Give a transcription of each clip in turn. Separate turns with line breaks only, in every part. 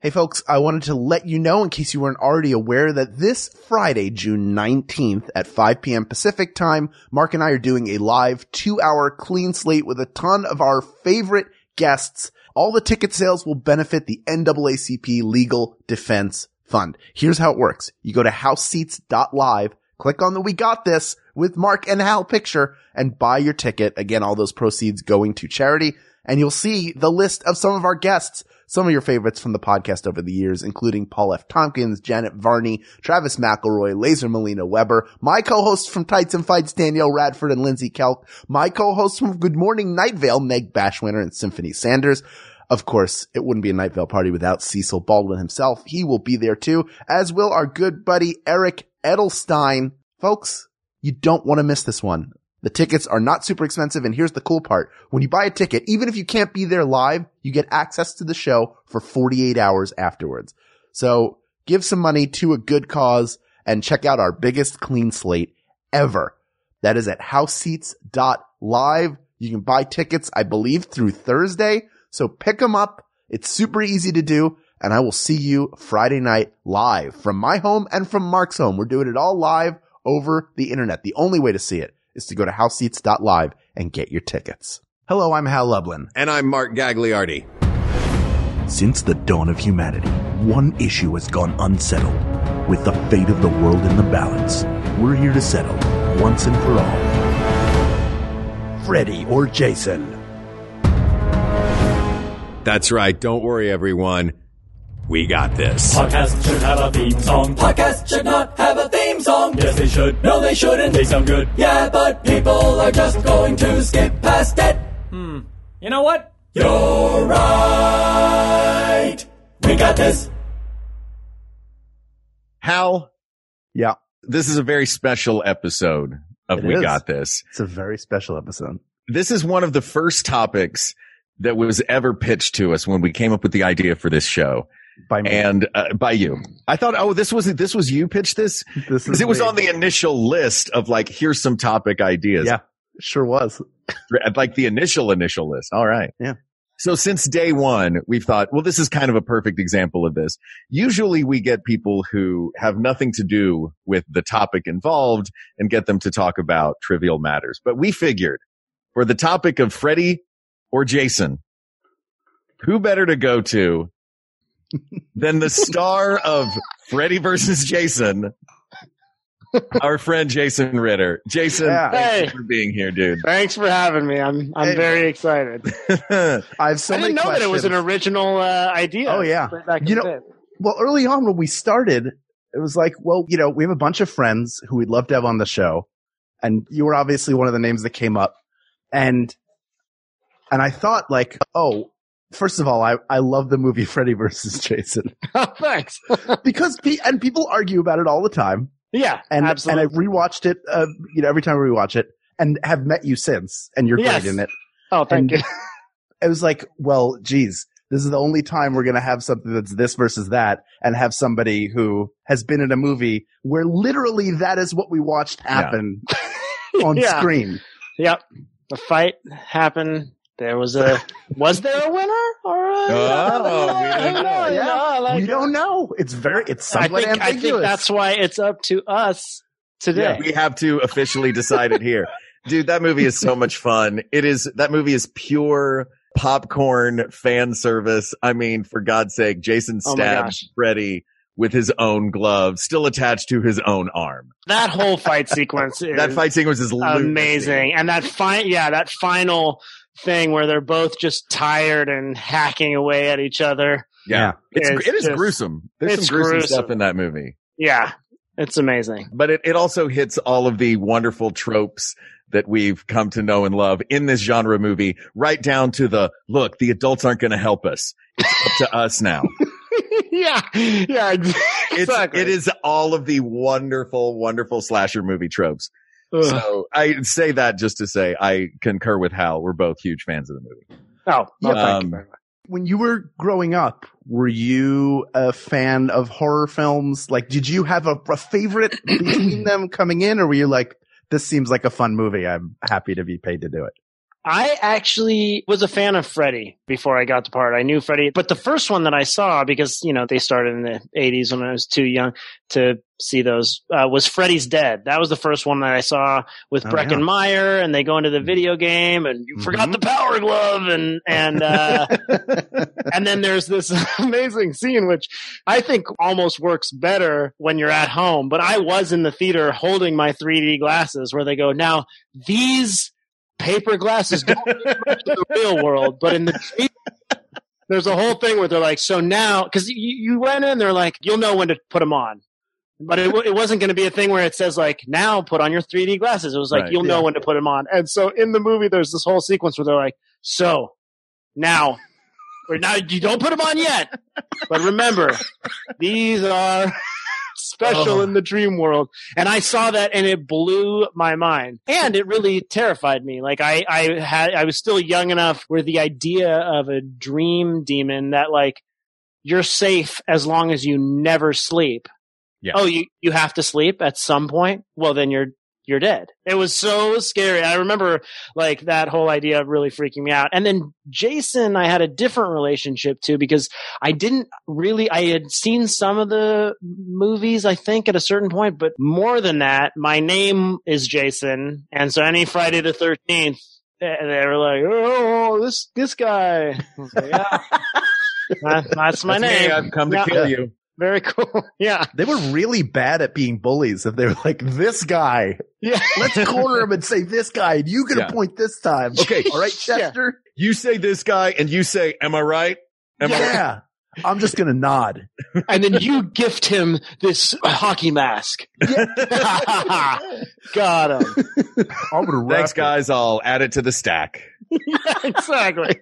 Hey folks, I wanted to let you know in case you weren't already aware that this Friday, June 19th at 5 p.m. Pacific time, Mark and I are doing a live two hour clean slate with a ton of our favorite guests. All the ticket sales will benefit the NAACP Legal Defense Fund. Here's how it works. You go to houseseats.live, click on the We Got This with Mark and Hal picture and buy your ticket. Again, all those proceeds going to charity and you'll see the list of some of our guests, some of your favorites from the podcast over the years, including Paul F. Tompkins, Janet Varney, Travis McElroy, Laser Molina Weber, my co-hosts from Tights and Fights, Danielle Radford and Lindsay Kelk, my co-hosts from Good Morning Night Vale, Meg Bashwinter and Symphony Sanders. Of course, it wouldn't be a Night Vale party without Cecil Baldwin himself. He will be there too, as will our good buddy Eric Edelstein. Folks, you don't want to miss this one. The tickets are not super expensive. And here's the cool part. When you buy a ticket, even if you can't be there live, you get access to the show for 48 hours afterwards. So give some money to a good cause and check out our biggest clean slate ever. That is at houseseats.live. You can buy tickets, I believe, through Thursday. So pick them up. It's super easy to do. And I will see you Friday night live from my home and from Mark's home. We're doing it all live over the internet. The only way to see it is to go to houseseats.live and get your tickets. Hello, I'm Hal Lublin.
And I'm Mark Gagliardi.
Since the dawn of humanity, one issue has gone unsettled. With the fate of the world in the balance, we're here to settle once and for all. Freddy or Jason?
That's right. Don't worry, everyone. We got this.
Podcast should have a theme song. Podcast should not have a theme song. Yes, they should. No, they shouldn't. They sound good. Yeah, but people are just going to skip past it. Hmm.
You know what?
You're right. We got this.
Hal,
Yeah,
this is a very special episode of
It
We
is.
Got This.
it's a very special episode.
This is one of the first topics that was ever pitched to us when we came up with the idea for this show
By me.
and uh, by you. I thought, oh, this was this was you pitched this
this
because it was
me.
on the initial list of like, here's some topic ideas.
Yeah, sure was.
like the initial initial list. All right.
Yeah.
So since day one, we've thought, well, this is kind of a perfect example of this. Usually we get people who have nothing to do with the topic involved and get them to talk about trivial matters. But we figured for the topic of Freddie or Jason, who better to go to than the star of Freddie versus Jason, our friend Jason Ritter. Jason,
Yeah.
thank
Hey.
you for being here, dude.
Thanks for having me. I'm I'm
Hey.
very excited.
I have so
I didn't
many
know that it was an
questions.
original uh, idea.
Oh, yeah.
Way back in
You
the
know-
day.
well, early on when we started, it was like, well, you know, we have a bunch of friends who we'd love to have on the show. And you were obviously one of the names that came up. And, and I thought like, oh, first of all, I, I love the movie Freddy versus Jason
Oh, thanks.
because, pe- and people argue about it all the time.
Yeah,
and
absolutely.
and I rewatched it. Uh, you know, every time I rewatch it, and have met you since, and you're
Yes.
great in it.
oh, thank
and-
you.
It was like, well, geez, this is the only time we're gonna have something that's this versus that, and have somebody who has been in a movie where literally that is what we watched happen on
Yeah.
screen.
Yep. The fight happened. There was a. was there a winner? All right.
Oh, we
I
don't know.
don't know. Oh, you
Yeah.
know, I like
we
it.
don't know. It's very, it's
I
somewhat
think, I
ambiguous.
think that's why it's up to us today.
Yeah, we have to officially decide it here. Dude, that movie is so much fun. It is, that movie is pure popcorn fan service. I mean, for God's sake, Jason
Oh my
stabs Freddy with his own glove, still attached to his own arm.
That whole fight sequence is
That fight sequence is lunacy.
amazing. And that fine, yeah, that final thing where they're both just tired and hacking away at each other.
Yeah. It's,
It's
it is
just-
gruesome. There's
it's
some gruesome,
gruesome.
stuff in that movie,
Yeah, it's amazing.
but it, it also hits all of the wonderful tropes that we've come to know and love in this genre movie, right down to the look, the adults aren't going to help us. It's up to us now.
yeah, yeah,
it's,
exactly.
It is all of the wonderful, wonderful slasher movie tropes.
Ugh.
So I say that just to say I concur with Hal. We're both huge fans of the movie.
oh, well,
Yeah.
thank
Um,
you very much.
when you were growing up, were you a fan of horror films? Like, did you have a, a favorite between them coming in, or were you like, this seems like a fun movie. I'm happy to be paid to do it.
I actually was a fan of Freddy before I got to part. I knew Freddy, but the first one that I saw, because, you know, they started in the 80s when I was too young to see those, uh, was Freddy's Dead. That was the first one that I saw with
Oh,
Breckin
yeah. Mm-hmm.
Meyer, and they go into the video game, and you forgot the power glove, and, and, uh, and then there's this amazing scene, which I think almost works better when you're at home, but I was in the theater holding my 3D glasses where they go, now, these paper glasses don't mean much in the real world, but in the dream, there's a whole thing where they're like, so now, because you, you went in, they're like, you'll know when to put them on. But it, wa- it wasn't going to be a thing where it says like now put on your 3D glasses. It was like
Right,
you'll know when to put them on. And so in the movie, there's this whole sequence where they're like, so now, or now you don't put them on yet. But remember, these are special in the dream world. And I saw that and it blew my mind. And it really terrified me. Like I, I had I was still young enough where the idea of a dream demon that like you're safe as long as you never sleep.
Yeah.
Oh, you, you have to sleep at some point? Well then you're you're dead. It was so scary. I remember like that whole idea really freaking me out. And then Jason, I had a different relationship to because I didn't really, I had seen some of the movies, I think, at a certain point, but more than that, my name is Jason. And so any Friday the 13th, they they were like, oh, this, this guy. I was like, "Yeah." That- that's my
That's me.
name.
I've come to
Yeah.
kill you.
Very cool. Yeah.
They were really bad at being bullies. If they were like, this guy,
Yeah.
let's corner him and say this guy, and you get
Yeah.
a point this time.
Okay.
All right,
Yeah.
Chester?
You say this guy and you say, am I right? Am I right?
yeah. I'm just going to nod.
And then you gift him this hockey mask. Got him.
I'm gonna wrap
Thanks
it.
guys. I'll add it to the stack.
exactly.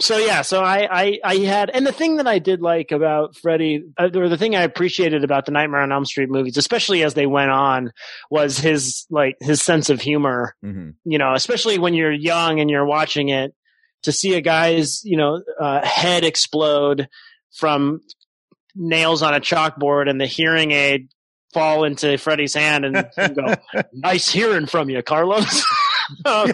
So yeah, so I, I I had, and the thing that I did like about Freddy, uh, or the thing I appreciated about the Nightmare on Elm Street movies, especially as they went on, was his like his sense of humor.
Mhm.
You know, especially when you're young and you're watching it, to see a guy's you know uh, head explode from nails on a chalkboard and the hearing aid fall into Freddy's hand and you go, nice hearing from you, Carlos. Um,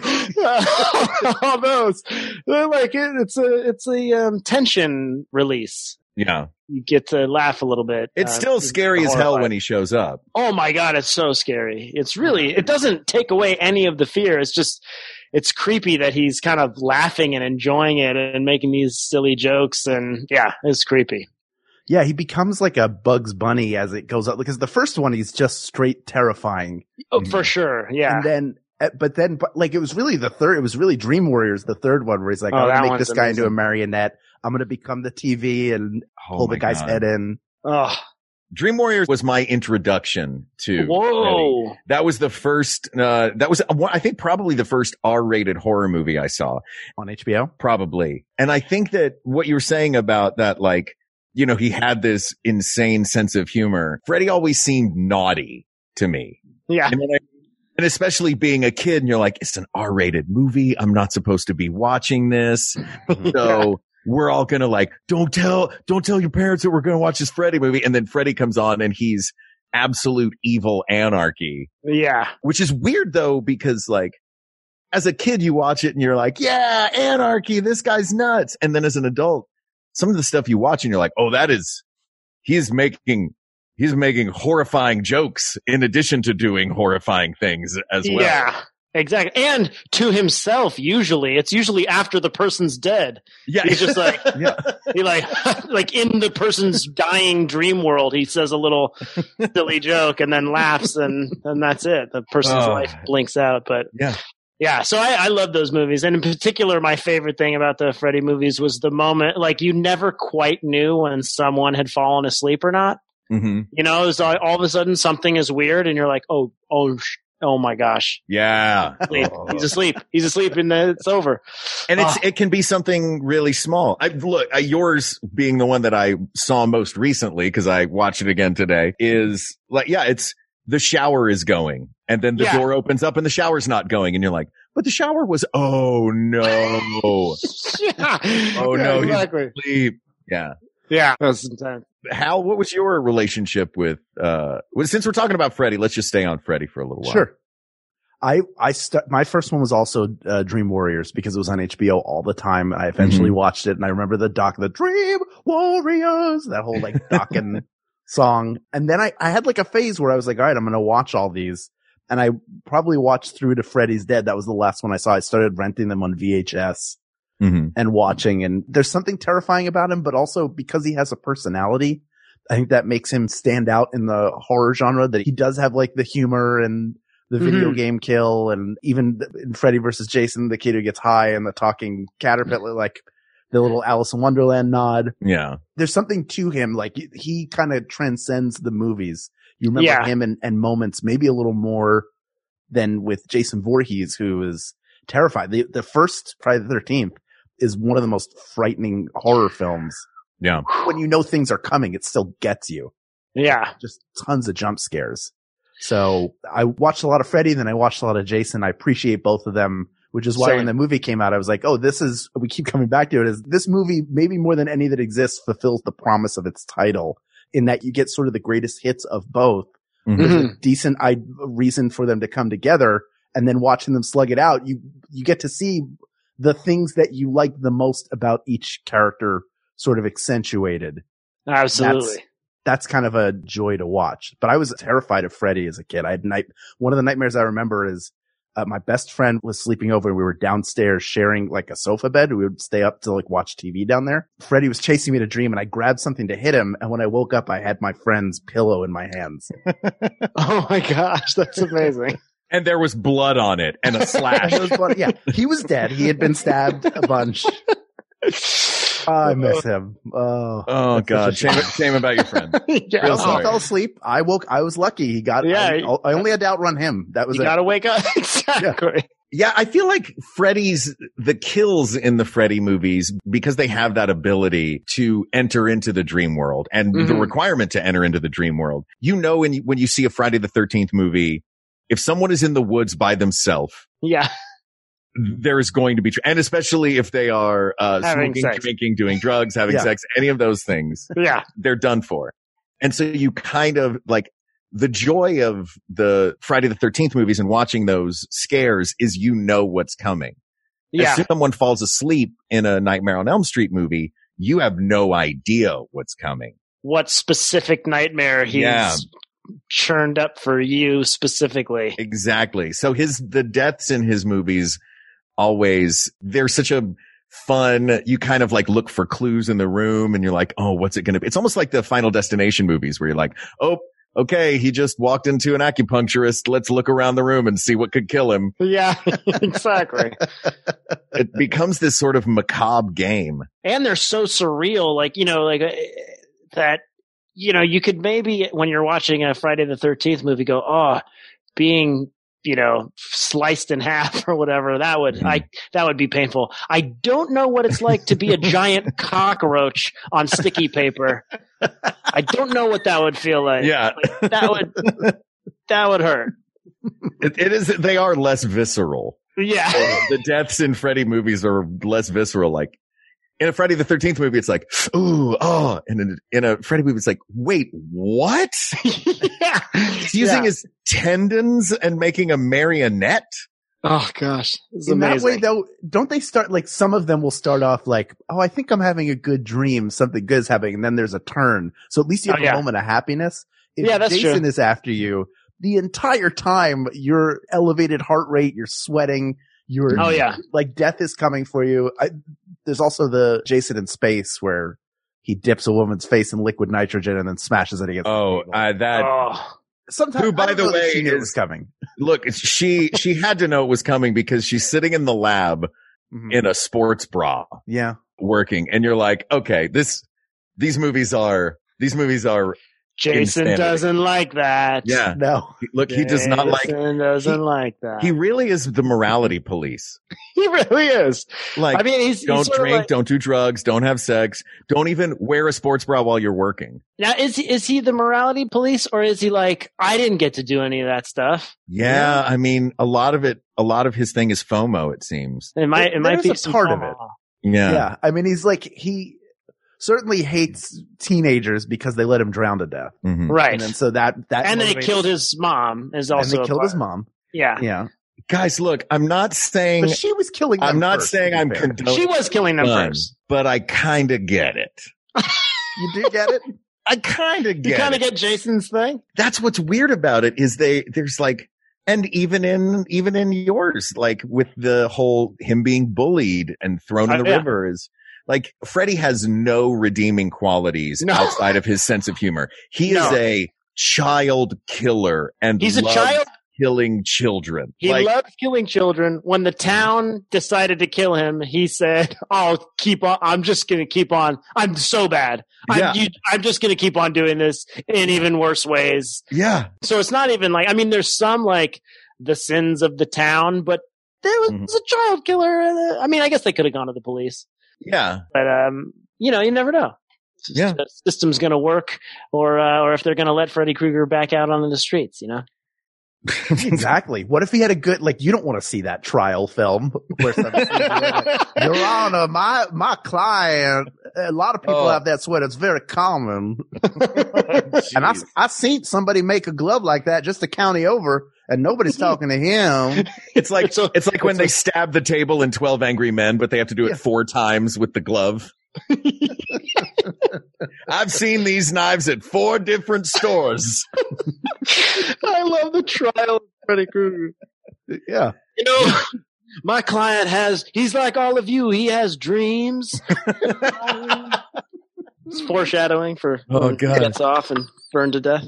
all those, They're like it, it's a it's a um, tension release.
Yeah.
You get to laugh a little bit.
It's
Uh,
still scary as hell
horrifying.
when he shows up.
oh my god, it's so scary. It's really it doesn't take away any of the fear. It's just it's creepy that he's kind of laughing and enjoying it and making these silly jokes and yeah, it's creepy.
Yeah, he becomes like a Bugs Bunny as it goes up because the first one he's just straight terrifying,
Oh,
Mhm.
for sure. Yeah.
and then eh, but then but like it was really the third. It was really Dream Warriors, the third one where he's like,
Oh,
I'm
that
gonna make
one's
this guy into a
amazing.
marionette. I'm gonna become the TV and
Oh
pull the
my
guy's
God.
head in.
oh,
Dream Warriors was my introduction to. Freddy.
whoa.
That was the first, uh, that was, uh, one- I think probably the first R rated horror movie I saw.
on HBO.
probably. And I think that what you were saying about that, like, you know, he had this insane sense of humor. Freddy always seemed naughty to me.
Yeah.
And, then I, and especially being a kid and you're like, it's an R rated movie. I'm not supposed to be watching this. So we're all going to like, don't tell, don't tell your parents that we're going to watch this Freddy movie. And then Freddy comes on and he's absolute evil anarchy
Yeah.
which is weird though, because like as a kid, you watch it and you're like, yeah, anarchy. This guy's nuts. And then as an adult, some of the stuff you watch and you're like, oh, that is, he's making, he's making horrifying jokes in addition to doing horrifying things as well.
Yeah, exactly. And to himself, usually it's usually after the person's dead.
Yeah.
He's just like,
Yeah.
he like, like in the person's dying dream world, he says a little silly joke and then laughs, and and that's it. The person's
Oh.
life blinks out, but
Yeah.
yeah. So I, I love those movies, and in particular, my favorite thing about the Freddy movies was the moment like you never quite knew when someone had fallen asleep or not.
Mhm.
You know, it was all, all of a sudden something is weird, and you're like, oh, oh, sh- oh my gosh
Yeah.
asleep. He's asleep. He's asleep, and then it's over.
And it's,
Ah.
it can be something really small. I look, I, yours being the one that I saw most recently, cause I watched it again today is like, yeah, it's the shower is going and then the
Yeah.
door opens up and the shower's not going. And you're like, but the shower was, oh no,
yeah.
Oh,
Yeah,
no, he's-
Exactly.
sleep. Yeah.
Yeah. That's intense.
Hal, what was your relationship with, uh, well, since we're talking about Freddy, let's just stay on Freddy for a little while.
Sure. I I st- my first one was also uh, Dream Warriors because it was on HBO all the time, and I eventually
Mm-hmm.
watched it, and I remember the doc, the Dream Warriors, that whole like docking song, and then I I had like a phase where I was like, all right, I'm gonna watch all these, and I probably watched through to Freddy's Dead. That was the last one I saw. I started renting them on VHS
hmm
and watching, and there's something terrifying about him, but also because he has a personality. I think that makes him stand out in the horror genre that he does have like the humor and the video game kill and even th- in Freddy versus Jason, the kid who gets high and the talking caterpillar, like the little Alice in Wonderland nod.
Yeah.
There's something to him. Like he- he kind of transcends the movies. You remember
Yeah.
him and, and moments maybe a little more than with Jason Voorhees, who is terrified. The, the first Friday the 13th is one of the most frightening horror films.
Yeah.
When you know things are coming, it still gets you
Yeah.
just tons of jump scares. So I watched a lot of Freddy, then I watched a lot of Jason. I appreciate both of them, which is why
Same.
when the movie came out, I was like, oh, this is, we keep coming back to it is this movie, maybe more than any that exists, fulfills the promise of its title in that you get sort of the greatest hits of both.
Mm-hmm.
There's a decent I- reason for them to come together and then watching them slug it out. You, you get to see the things that you like the most about each character sort of accentuated
Absolutely.
that's kind of a joy to watch. But I was terrified of Freddy as a kid. I had night, one of the nightmares I remember is uh, my best friend was sleeping over and we were downstairs sharing like a sofa bed. We would stay up to like watch TV down there. Freddy was chasing me to dream and I grabbed something to hit him. And when I woke up, I had my friend's pillow in my hands.
Oh my gosh, that's amazing.
And there was blood on it and a
And
slash.
it was fun- yeah, he was dead. He had been stabbed a bunch. Oh, I miss him. Oh.
oh
That's
God.
such
Shame, shame about your friend.
yeah.
Real
He
sorry.
fell asleep. I woke. I was lucky. He got.
Yeah,
I,
he-
I only had to outrun him. That was
You
it.
gotta wake up. exactly.
Yeah, I feel like Freddy's the kills in the Freddy movies because they have that ability to enter into the dream world and the
Mhm.
requirement to enter into the dream world. You know, when you, when you see a Friday the 13th movie, if someone is in the woods by themselves,
Yeah.
there is going to be, tr- and especially if they are uh,
Having
smoking,
sex.
drinking, doing drugs, having
Yeah.
sex, any of those things,
Yeah.
they're done for. And so you kind of like the joy of the Friday the 13th movies and watching those scares is you know what's coming.
Yeah.
If someone falls asleep in a Nightmare on Elm Street movie, you have no idea what's coming.
what specific nightmare he's
Yeah.
churned up for you specifically.
Exactly. So his, the deaths in his movies always, they're such a fun, you kind of like look for clues in the room and you're like, oh, what's it going to be? It's almost like the final destination movies where you're like, oh, okay. He just walked into an acupuncturist. Let's look around the room and see what could kill him.
Yeah, exactly.
It becomes this sort of macabre game.
and they're so surreal, like, you know, like uh, that, you know, you could maybe, when you're watching a Friday the 13th movie, go, oh, being, you know, sliced in half or whatever, that would,
Mhm.
I, that would be painful. I don't know what it's like to be a giant cockroach on sticky paper. I don't know what that would feel like.
Yeah.
That would, that would hurt.
It, it is, they are less visceral.
Yeah.
Oh, the deaths in Freddy movies are less visceral. Like in a Friday the 13th movie, it's like, ooh, oh, and in, in a Freddy movie, it's like, wait, what?
yeah.
He's using his tendons and making a marionette.
Oh gosh, it's
in
amazing.
that way though don't they start like some of them will start off like oh i think i'm having a good dream something good's happening and then there's a turn so at least you
Oh,
have
yeah.
a moment of happiness if
Yeah, that's
jason
true.
is after you the entire time your elevated heart rate you're sweating you're
oh yeah,
like death is coming for you I, there's also the jason in space where he dips a woman's face in liquid nitrogen and then smashes it against the table.
that.
oh
sometimes
Uh, who,
I
by
don't
the
know that
way,
she knew it
is-
was coming
Look, it's- she she had to know it was coming because she's sitting in the lab
Mhm.
in a sports bra
yeah
working, and you're like, okay, this these movies are these movies are
Jason
Insanity.
doesn't like that.
yeah.
no
Look, he does not like.
Jason doesn't
he-
like that.
He really is the morality police.
he really is.
Like,
I mean, he's he's
don't
sort of
drink,
like-
don't do drugs, don't have sex, don't even wear a sports bra while you're working.
now, is he, is he the morality police, or is he like I didn't get to do any of that stuff?
Yeah, I mean, a lot of it, a lot of his thing is FOMO. It seems.
It might it
There-
might
there's
be
a
some
part of it.
Yeah,
yeah. I mean, he's like, he certainly hates teenagers because they let him drown to death.
Mhm.
right?
And then
And,
so that, that,
then he
motivates-
killed his mom. Is
and
also
they
a
killed
part.
his mom.
Yeah,
Yeah.
guys, look, I'm not saying
But she was killing.
I'm
them
not
first,
saying
to be
I'm
fair.
condoning
she was killing them
fun,
first.
but I kind of get it.
You do get it.
I kind of
You
get
kind
it.
of get Jason's thing.
that's what's weird about it is they there's like and even in even in yours like with the whole him being bullied and thrown in
Uh,
the
yeah.
river is like Freddie has no redeeming qualities
No.
outside of his sense of humor. He is
No.
a child killer and
He's a
loves
child.
killing children.
He
like
loved killing children. When the town decided to kill him, he said, "I'll keep on. I'm just going to keep on. I'm so bad.
Yeah.
I'm, you, I'm just going to keep on doing this in even worse ways."
yeah,
So it's not even like I mean, there's some like the sins of the town, but there was
Mhm.
a child killer. And, uh, I mean, I guess they could have gone to the police,
yeah.
but um, you know, you never know. It's just,
Yeah.
the system's going to work, or uh, or if they're going to let Freddy Krueger back out onto the streets, you know.
Exactly. What if he had a good like? You don't want to see that trial film where some Your Honor, my my client. A lot of people
Oh.
have that sweat. It's very common. And I
Jeez.
I seen somebody make a glove like that just a county over, and nobody's talking to him.
it's like
It's
it's,
a-
like when
it's
they
a-
stab the table in Twelve Angry Men, but they have to do it
Yeah.
four times with the glove. I've seen these knives at four different stores.
I love the trial of Freddy Krueger.
Yeah.
You know, my client has, he's like all of you, he has dreams. it's foreshadowing for
Oh,
when he
God.
gets off and burned to death.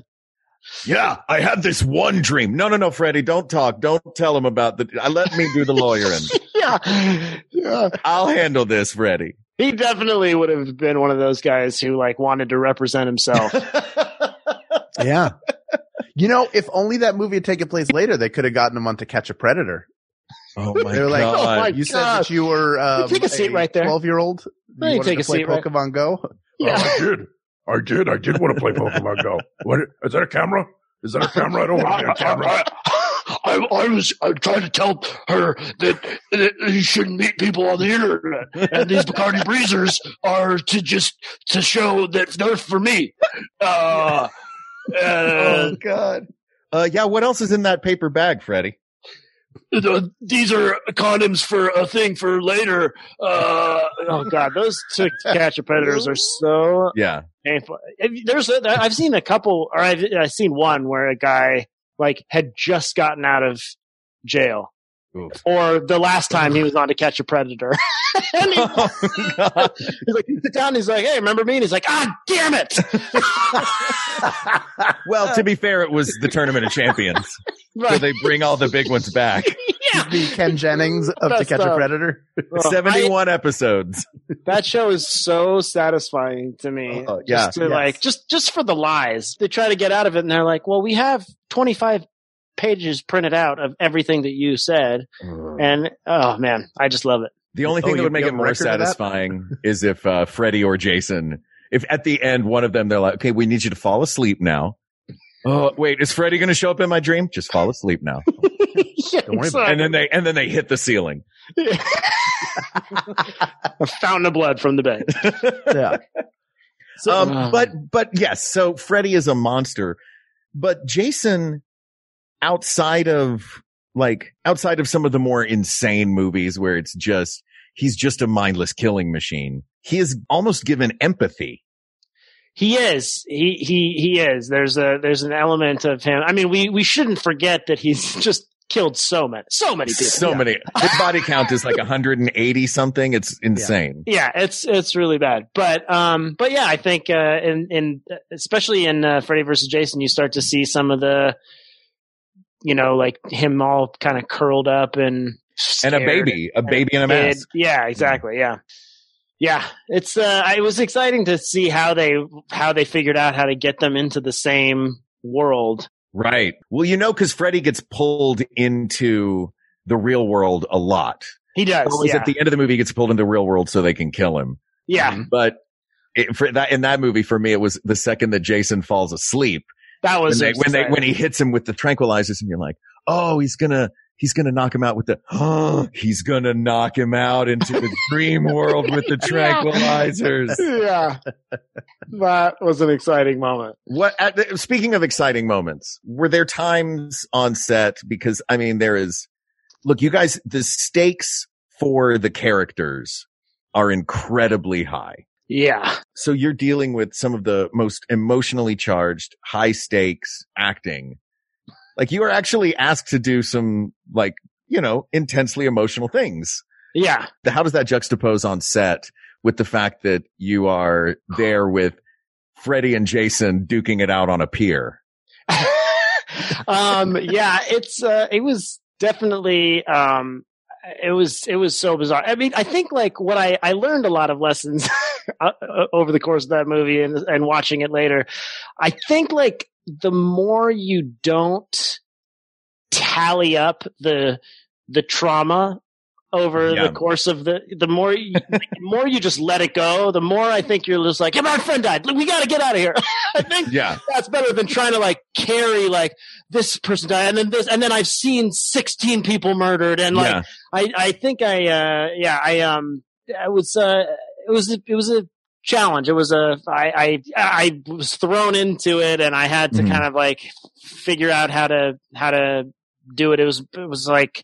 yeah, I had this one dream. No, no, no, Freddie, don't talk. Don't tell him about the. I let me do the lawyering.
Yeah. yeah.
I'll handle this, Freddie.
He definitely would have been one of those guys who like wanted to represent himself.
Oh, Yeah. You know, if only that movie had taken place later, they could have gotten him on to catch a predator.
Oh
my They're like,
God. "Oh, my
You said
God.
that you were um,
take a seat right there.
Twelve year old.
Hey, take
to
a
play
seat right-
Pokemon Go.
yeah.
Oh, I did. I did. I did want to play Pokemon Go. What is that a camera? Is that a camera? I don't want to be on camera.
I, I was I'm trying to tell her that, that you shouldn't meet people on the internet, and these Bacardi Breezers are to just to show that they're for me. Uh, uh,
oh God. Uh, yeah. What else is in that paper bag, Freddie?
the- these are condoms for a thing for later. Uh,
Oh god, those to catch a predators are so
Yeah.
painful. If- There's, a, I've seen a couple, or I've, I've seen one where a guy like had just gotten out of jail,
Oof.
or the last time he was on to catch a predator, and he,
Oh, God.
he's like, he sit down, and he's like, hey, remember me? And he's like, ah, damn it,
Well, to be fair, it was the tournament of champions. so
right?
they bring all the big ones back.
yeah.
The Ken Jennings of To
Messed
Catch a
up.
Predator.
Well, I-
71 episodes.
that show is so satisfying to me.
Oh, yeah.
just to
yes.
like just just for the lies they try to get out of it, and they're like, well, we have 25 pages printed out of everything that you said, and oh man, I just love it.
The only thing
Oh,
that
you-
would make
you
it
have
more
record of that?
satisfying is if uh, Freddie or Jason, if at the end one of them, they're like, okay, we need you to fall asleep now. Oh, wait, is Freddie going to show up in my dream? Just fall asleep now.
yeah,
Don't worry
it's
about
And then they, and then they hit the ceiling.
like- a fountain of blood from the bed.
Yeah.
um, but, but yes, so Freddie is a monster, but Jason outside of like, outside of some of the more insane movies where it's just, he's just a mindless killing machine. He is almost given empathy.
He is. He he he is. There's a there's an element of him. I mean, we we shouldn't forget that he's just killed so many so many people.
So many. His body count is like 180 something. It's insane.
yeah, it's it's really bad. But um, but yeah, I think uh, in in especially in uh, Freddy versus Jason, you start to see some of the, you know, like him all kind of curled up and
And a
scared
baby, a baby in a
kid.
mask.
Yeah, exactly. Yeah. Yeah, it's uh it was exciting to see how they how they figured out how to get them into the same world.
Right. Well, you know, cause Freddy gets pulled into the real world a lot.
He does.
Always
Oh, yeah. Mm-hmm.
at the end of the movie, he gets pulled into the real world so they can kill him.
yeah.
But it, for that, in that movie, for me, it was the second that Jason falls asleep
That
when
was
they, when they,
exciting.
when he hits him with the tranquilizers and you're like, Oh, he's gonna, he's gonna knock him out with the, he's gonna knock him out into the dream world with the tranquilizers.
Yeah. that was an exciting moment.
What? uh, At the, speaking of exciting moments, were there times on set because I mean there is look, you guys, the stakes for the characters are incredibly high.
Yeah.
So you're dealing with some of the most emotionally charged, high stakes acting. Like you are actually asked to do some like, you know, intensely emotional things.
Yeah.
How does that juxtapose on set with the fact that you are there with Freddie and Jason duking it out on a pier?
um, yeah, it's, uh, it was definitely, um, it was it was so bizarre. I mean, I think like what I I learned a lot of lessons over the course of that movie and and watching it later. I think like the more you don't tally up the the trauma over
Yeah.
the course of the the more you, the more you just let it go, the more I think you're just like, yeah, my friend died. We got to get out of here. I think
Yeah.
that's better than trying to like carry like this person died and then this and then I've seen 16 people murdered and like
yeah.
I, I think I, uh, yeah, I, um, I was, uh, it was, a- it was a challenge. It was a, I, I, I was thrown into it and I had to
Mhm.
kind of like figure out how to, how to do it. It was, it was like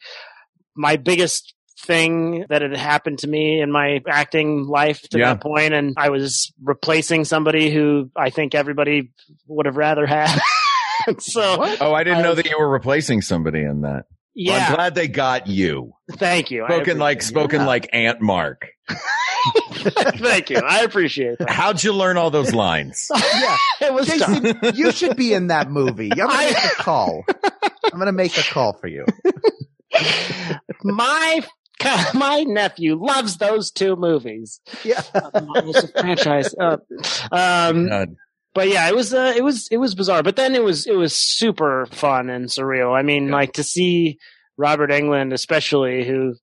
my biggest thing that had happened to me in my acting life to
Yeah.
that point and I was replacing somebody who I think everybody would have rather had. so
Oh, I didn't
I
know
was-
that you were replacing somebody in that. Well, I'm
yeah,
glad they got you.
thank you. I
Spoken like
appreciate it.
spoken like Aunt Mark.
Thank you. I appreciate that.
How'd you learn all those lines? Uh,
Yeah.
It was tough.
Jason, you should be in that movie. I'm gonna
I-
make a call. I'm gonna make a call for you.
my my nephew loves those two movies.
Yeah.
It's a franchise. Uh, um,
God.
but yeah, it was uh, it was it was bizarre. But then it was it was super fun and surreal. I mean, like to see Robert England, especially who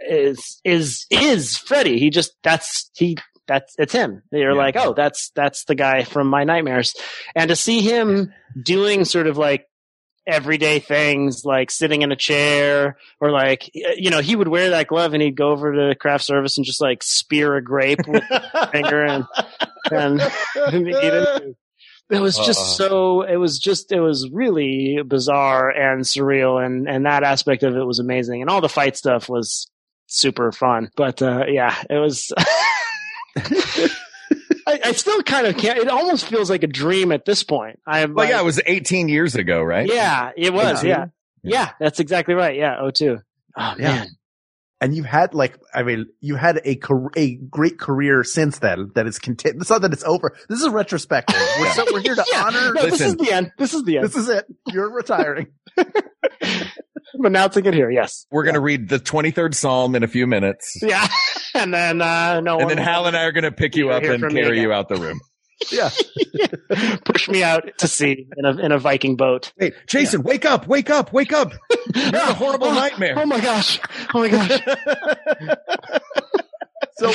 is is is Freddy. He just that's he that's it's him. You're
Yeah.
like, oh, that's that's the guy from my nightmares. And to see him doing sort of like everyday things like sitting in a chair or like you know he would wear that glove and he'd go over to craft service and just like spear a grape with a finger and and and eat it. Uh. It was just so. It was just. It was really bizarre and surreal, and and that aspect of it was amazing, and all the fight stuff was super fun. But uh, yeah, it was. I, I still kind of can't. It almost feels like a dream at this point. I'm
Well,
like,
yeah, it was 18 years ago, right?
yeah, it was.
O2?
Yeah. yeah, that's exactly right. Yeah, O two. Oh
Yeah.
man,
and you've had like I mean you had a car- a great career since then that is content. It's not that it's over. This is retrospective. We're, so, we're here to
Yeah.
honor.
No, this
Listen.
is the end. This is the end.
This is it. You're retiring.
I'm announcing it here. Yes.
We're going to read the 23rd Psalm in a few minutes.
Yeah, and then uh, no
And
one
then Hal and I are going to pick you
You'll
up
hear
and
from me
carry
again.
you out the room.
push me out to sea in a in a Viking boat.
Wait, Jason, wake up, wake up, wake up. You had a horrible
Oh,
nightmare.
Oh my gosh! Oh my gosh!
So,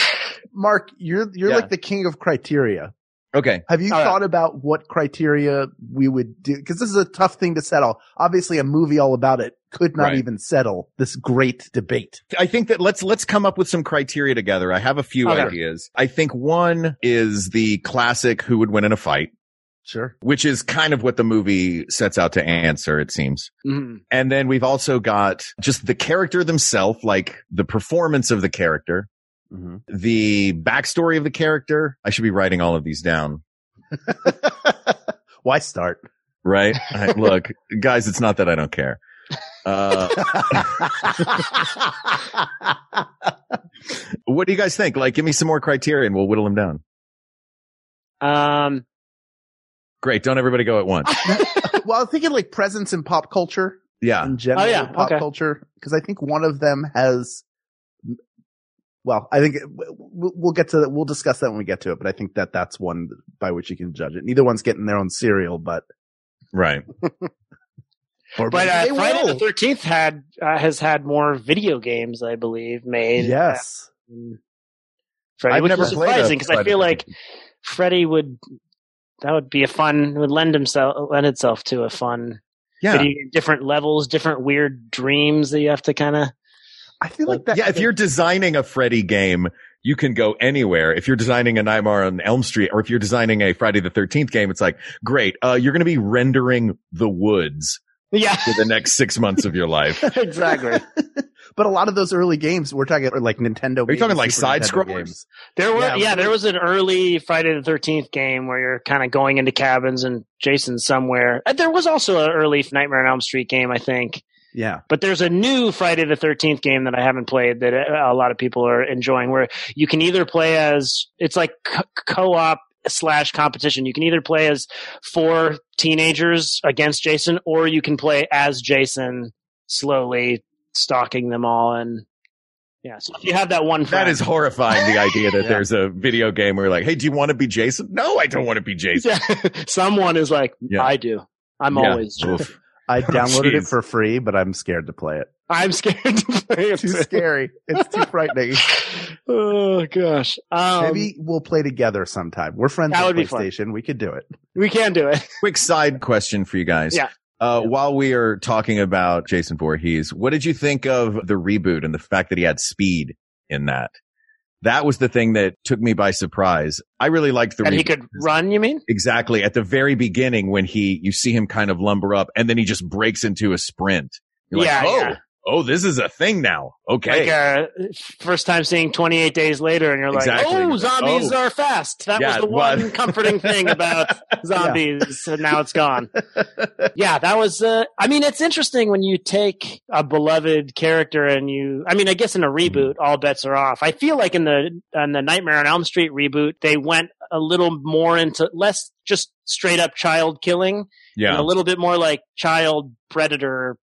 Mark, you're you're
Yeah. Oh,
like the king of criteria.
Okay.
Have you
All right.
thought about what criteria we would do? Because this is a tough thing to settle. Obviously, a movie all about it could not
Right.
even settle this great debate.
I think that let's, let's come up with some criteria together. I have a few
Okay.
ideas. I think one is the classic who would win in a fight,
Sure.
which is kind of what the movie sets out to answer, it seems.
Mm-hmm.
And then we've also got just the character themselves, like the performance of the character,
Mm-hmm.
the backstory of the character. I should be writing all of these down,
Why start?
right? I- look, guys, it's not that I don't care. Uh, what do you guys think? Like, give me some more criteria and we'll whittle them down.
Um,
Great. Don't everybody go at once.
well, I'm thinking like presence in pop culture.
Yeah.
in general
Oh, yeah.
pop
Okay.
culture because I think one of them has. Well, I think w- w- we'll get to that. We'll discuss that when we get to it, but I think that that's one by which you can judge it. Neither one's getting their own cereal, but
Right.
or
but
maybe
uh,
they
Friday the
will.
Thirteenth had uh, has had more video games, I believe, made.
yes,
than Freddy,
I've
which
never
is
played a
surprising because I
Friday
feel
the
like Freddy would that would be a fun would lend himself lend itself to a fun
Yeah.
video, different levels, different weird dreams that you have to kind of
I feel like that.
Yeah. If you're designing a Freddy game, you can go anywhere. If you're designing a Nightmare on Elm Street or if you're designing a Friday the 13th game, it's like, great. Uh, you're going to be rendering the woods
Yeah,
for the next six months of your life. Are
exactly.
But a lot of those early games we're talking are like Nintendo.
you talking like side
scrolls?
scrollers?
There were
Yeah,
yeah,
but-
there was an early Friday the Thirteenth game where you're kind of going into cabins and Jason's somewhere. Uh, There was also an early Nightmare on Elm Street game, I think.
Yeah.
But there's a new Friday the Thirteenth game that I haven't played that uh, a lot of people are enjoying, where you can either play as it's like co- co-op slash competition. You can either play as four teenagers against Jason, or you can play as Jason slowly stalking them all. And yeah, so if you have that one, friend,
That is horrifying. The idea that
Yeah.
there's a video game where you're like, hey, do you want to be Jason? No, I don't want to be Jason.
Yeah. Someone is like,
Yeah.
I do. I'm
Yeah.
always.
Oof.
I downloaded it
Jeez.
for free, but I'm scared to play it.
I'm scared to play it.
Too scary. It's too frightening.
oh gosh. Um,
Maybe we'll play together sometime. We're friends
That
on
would be fun.
PlayStation. We could do it.
we can do it.
Quick side question for you guys.
Yeah.
Uh, while we are talking about Jason Voorhees, what did you think of the reboot and the fact that he had speed in that? That was the thing that took me by surprise. I really liked the
And he
reboot.
could run. You mean?
Exactly. At the very beginning when he, you see him kind of lumber up and then he just breaks into a sprint. You're like,
Yeah,
oh,
yeah.
oh, this is a thing now. Okay.
Like uh, first time seeing 28 days later, and you're like,
Exactly.
oh, zombies
Oh.
are fast. That
Yeah,
was the
it was.
one comforting thing about zombies, and now it's gone. yeah, that was. Uh, I mean, it's interesting when you take a beloved character and you. I mean, I guess in a reboot, all bets are off. I feel like in the on the Nightmare on Elm Street reboot, they went a little more into less just straight up child killing and
yeah.
a little bit more like child predator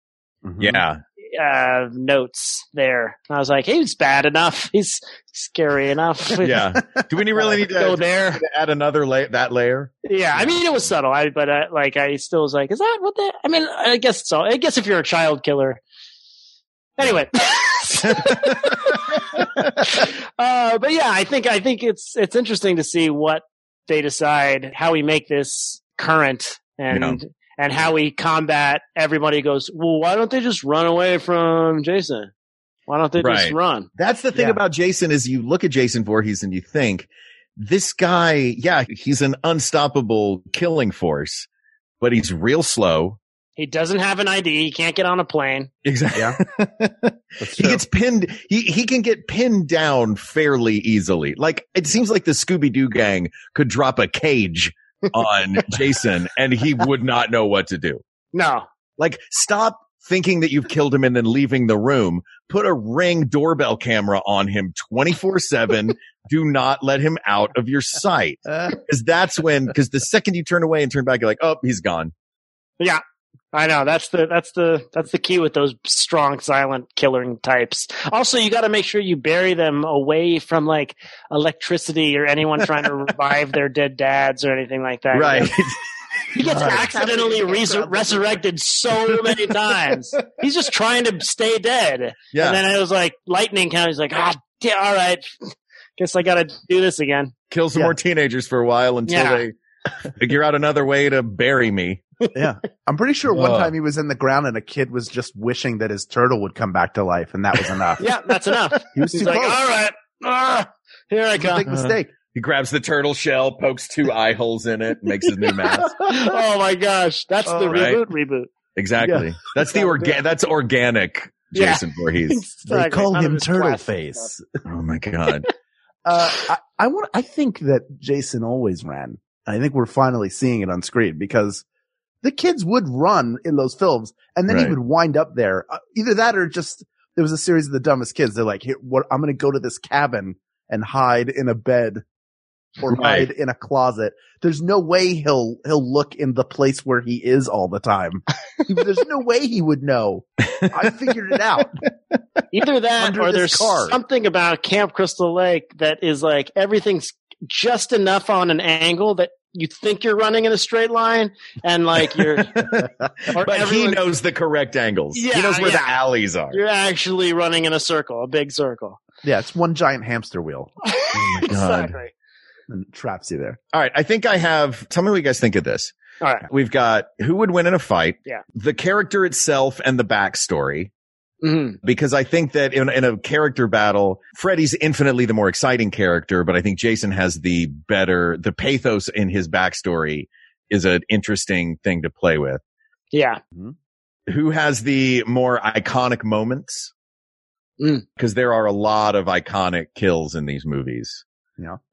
Mhm.
Yeah.
uh, notes there. And I was like, he's bad enough. He's scary enough.
Yeah. Do we really need to
go there?
to add another layer, that layer.
Yeah, I mean, it was subtle, I, but uh, like, I still was like, is that what that? I mean, I guess it's all. I guess if you're a child killer, anyway. uh, but yeah, I think I think it's it's interesting to see what they decide, how we make this current, and and how we combat. Everybody goes, well, why don't they just run away from Jason? Why don't they just
Right.
run?
That's the thing
Yeah.
about Jason is you look at Jason Voorhees and you think this guy, yeah, he's an unstoppable killing force, but he's real slow.
He doesn't have an ID. He can't get on a plane.
Exactly.
That's
he
true.
gets pinned. He, he can get pinned down fairly easily. Like it seems like the Scooby Doo gang could drop a cage on Jason and he would not know what to do.
No,
Like stop thinking that you've killed him and then leaving the room. Put a ring doorbell camera on him 24 seven. Do not let him out of your sight.
Uh,
Cause that's when, cause the second you turn away and turn back, you're like, Oh, he's gone.
I know that's the that's the that's the key with those strong silent killing types. Also, you got to make sure you bury them away from like electricity or anyone trying to revive their dead dads or anything like that.
Right.
He gets
Right.
accidentally resu- resurrected so many times. He's just trying to stay dead.
yeah.
And then it was like lightning count. He's like, ah, da- all right. Guess I got to do this again.
Kill some
Yeah.
more teenagers for a while until
Yeah.
they figure out another way to bury me.
I'm pretty sure one
Ugh.
time he was in the ground and a kid was just wishing that his turtle would come back to life, and that was enough.
Yeah, that's enough.
He was
He's
too
like,
close.
all right. Ah, here
It was
I
a
come.
big mistake.
He grabs the turtle shell, pokes two eye holes in it, makes his new mask.
oh my gosh, that's the
Oh,
right.
reboot reboot.
Exactly. That's the organ. That's organic.
Yeah.
Jason Voorhees.
They
Exactly.
call
None of
him
his
Turtle
classic
Face.
stuff.
Oh my god.
Uh, I, I want. I think that Jason always ran. I think we're finally seeing it on screen because the kids would run in those films, and then he
Right.
would wind up there. Uh, either that or just there was a series of the dumbest kids. They're like, Here, "What? I'm going to go to this cabin and hide in a bed." Or
Right.
hide in a closet. There's no way he'll he'll look in the place where he is all the time. There's no way he would know. I figured it out.
Either that,
Under
or
this
there's
car.
something about Camp Crystal Lake that is like everything's just enough on an angle that you think you're running in a straight line, and like you're or
but he
everyone-
knows the correct angles. he
Yeah,
knows where
yeah.
the alleys are.
you're actually running in a circle, a big circle.
Yeah, it's one giant hamster wheel
exactly.
and traps you there.
All right. I think I have tell me what you guys think of this.
All right.
We've got who would win in a fight.
Yeah.
The character itself and the backstory.
Mhm.
Because I think that in, in a character battle, Freddy's infinitely the more exciting character, but I think Jason has the better, the pathos in his backstory is an interesting thing to play with.
Yeah.
who has the more iconic moments?
Mm.
Because there are a lot of iconic kills in these movies.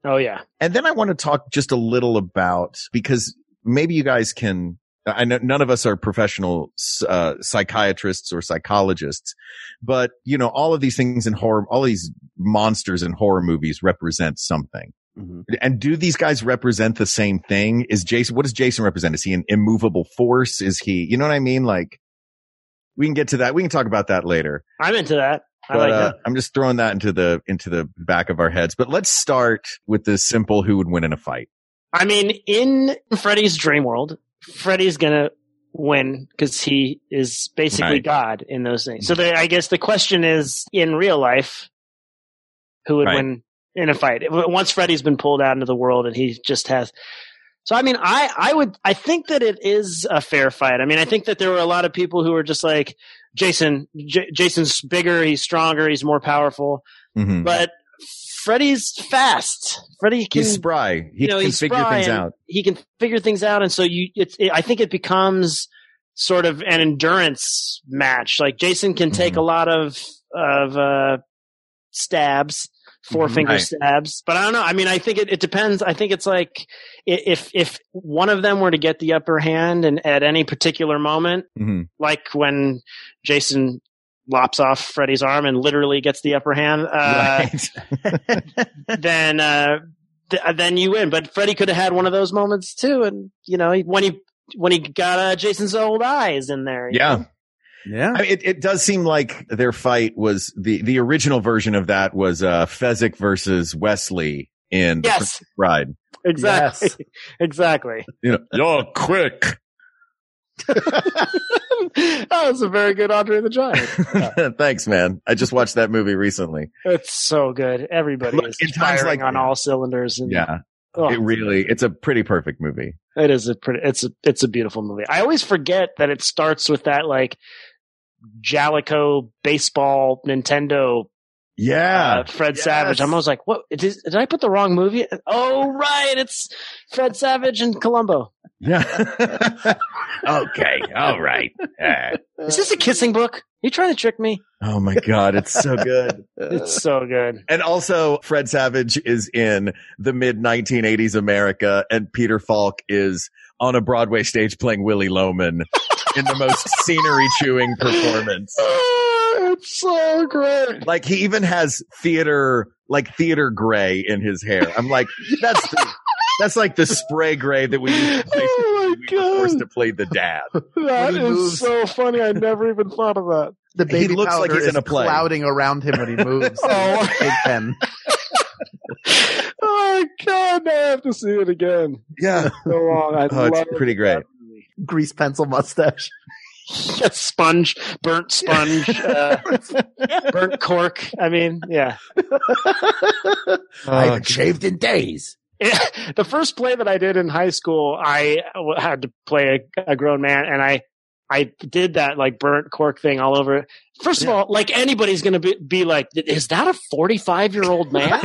Oh yeah.
And then I want to talk just a little about because maybe you guys can. I know none of us are professional uh, psychiatrists or psychologists, but you know all of these things in horror, all these monsters in horror movies represent something.
Mm-hmm.
And do these guys represent the same thing? Is Jason? What does Jason represent? Is he an immovable force? Is he? You know what I mean? Like, we can get to that. We can talk about that later.
I'm into that. I
But,
like
uh,
that.
I'm just throwing that into the into the back of our heads. But let's start with the simple who would win in a fight.
I mean, in Freddy's dream world, Freddy's gonna win because he is basically
Right.
God in those things. So the, I guess the question is, in real life, who would
Right.
win in a fight? Once Freddy's been pulled out into the world and he just has. So I mean, I I would I think that it is a fair fight. I mean, I think that there were a lot of people who were just like Jason. J- Jason's bigger, he's stronger, he's more powerful,
Mhm.
but. Freddy's fast. Freddy can
He's spry. He
you know,
can
he's
figure
spry
things
and
out.
He can figure things out, and so you, it's. It, I think it becomes sort of an endurance match. Like Jason can take
Mhm.
a lot of of uh, stabs, four finger
Mm-hmm. Right.
stabs, but I don't know. I mean, I think it, it depends. I think it's like i- if if one of them were to get the upper hand, and at any particular moment,
Mhm.
like when Jason lops off Freddy's arm and literally gets the upper hand. Uh,
Right.
then uh, th- then you win. But Freddy could have had one of those moments too, and you know he- when he when he got uh, Jason's old eyes in there. you
yeah.
know?
Yeah.
I mean, it, it does seem like their fight was the, the original version of that was, uh, Fezzik versus Wesley in the
Yes,
ride.
exactly, exactly.
You know,
You're quick.
that was a very good Andre the Giant.
Thanks, man. I just watched that movie recently.
It's so good. Everybody
Look,
is
in times
firing
like
on
that.
all cylinders. And,
Yeah.
oh,
It really, it's a pretty perfect movie.
it is a pretty. It's a it's a beautiful movie. I always forget that it starts with that like Jalico baseball Nintendo
Yeah.
uh, Fred
Yes.
Savage. I'm always like, what? Did, did I put the wrong movie? Oh, right. It's Fred Savage and Columbo.
yeah. okay. All right. Eh.
Is this a kissing book? you trying to trick me?
Oh my God. It's so good.
It's so good.
And also, Fred Savage is in the mid 1980s America, and Peter Falk is on a Broadway stage playing Willie Loman in the most scenery chewing performance.
Ah, it's so great.
Like he even has theater, like theater gray in his hair. I'm like, that's the, that's like the spray gray that we used to play.
Oh
we
my
were forced
god,
to play the dad.
that
He
is
moves.
so funny. I never even thought of that.
The baby
looks like
powder
he's
is
in a play.
clouding around him when he moves.
Oh.
Big pen.
Oh my god, now I have to see it again.
Yeah.
So long. I
Oh,
love
it's pretty great.
Grease pencil mustache.
Yeah, sponge, burnt sponge, uh, burnt cork. I mean, yeah.
Oh,
I haven't shaved in days.
the first play that I did in high school, I w- had to play a, a grown man, and I I did that like burnt cork thing all over. it. First of all, like anybody's gonna be, be like, is that a forty five year old man?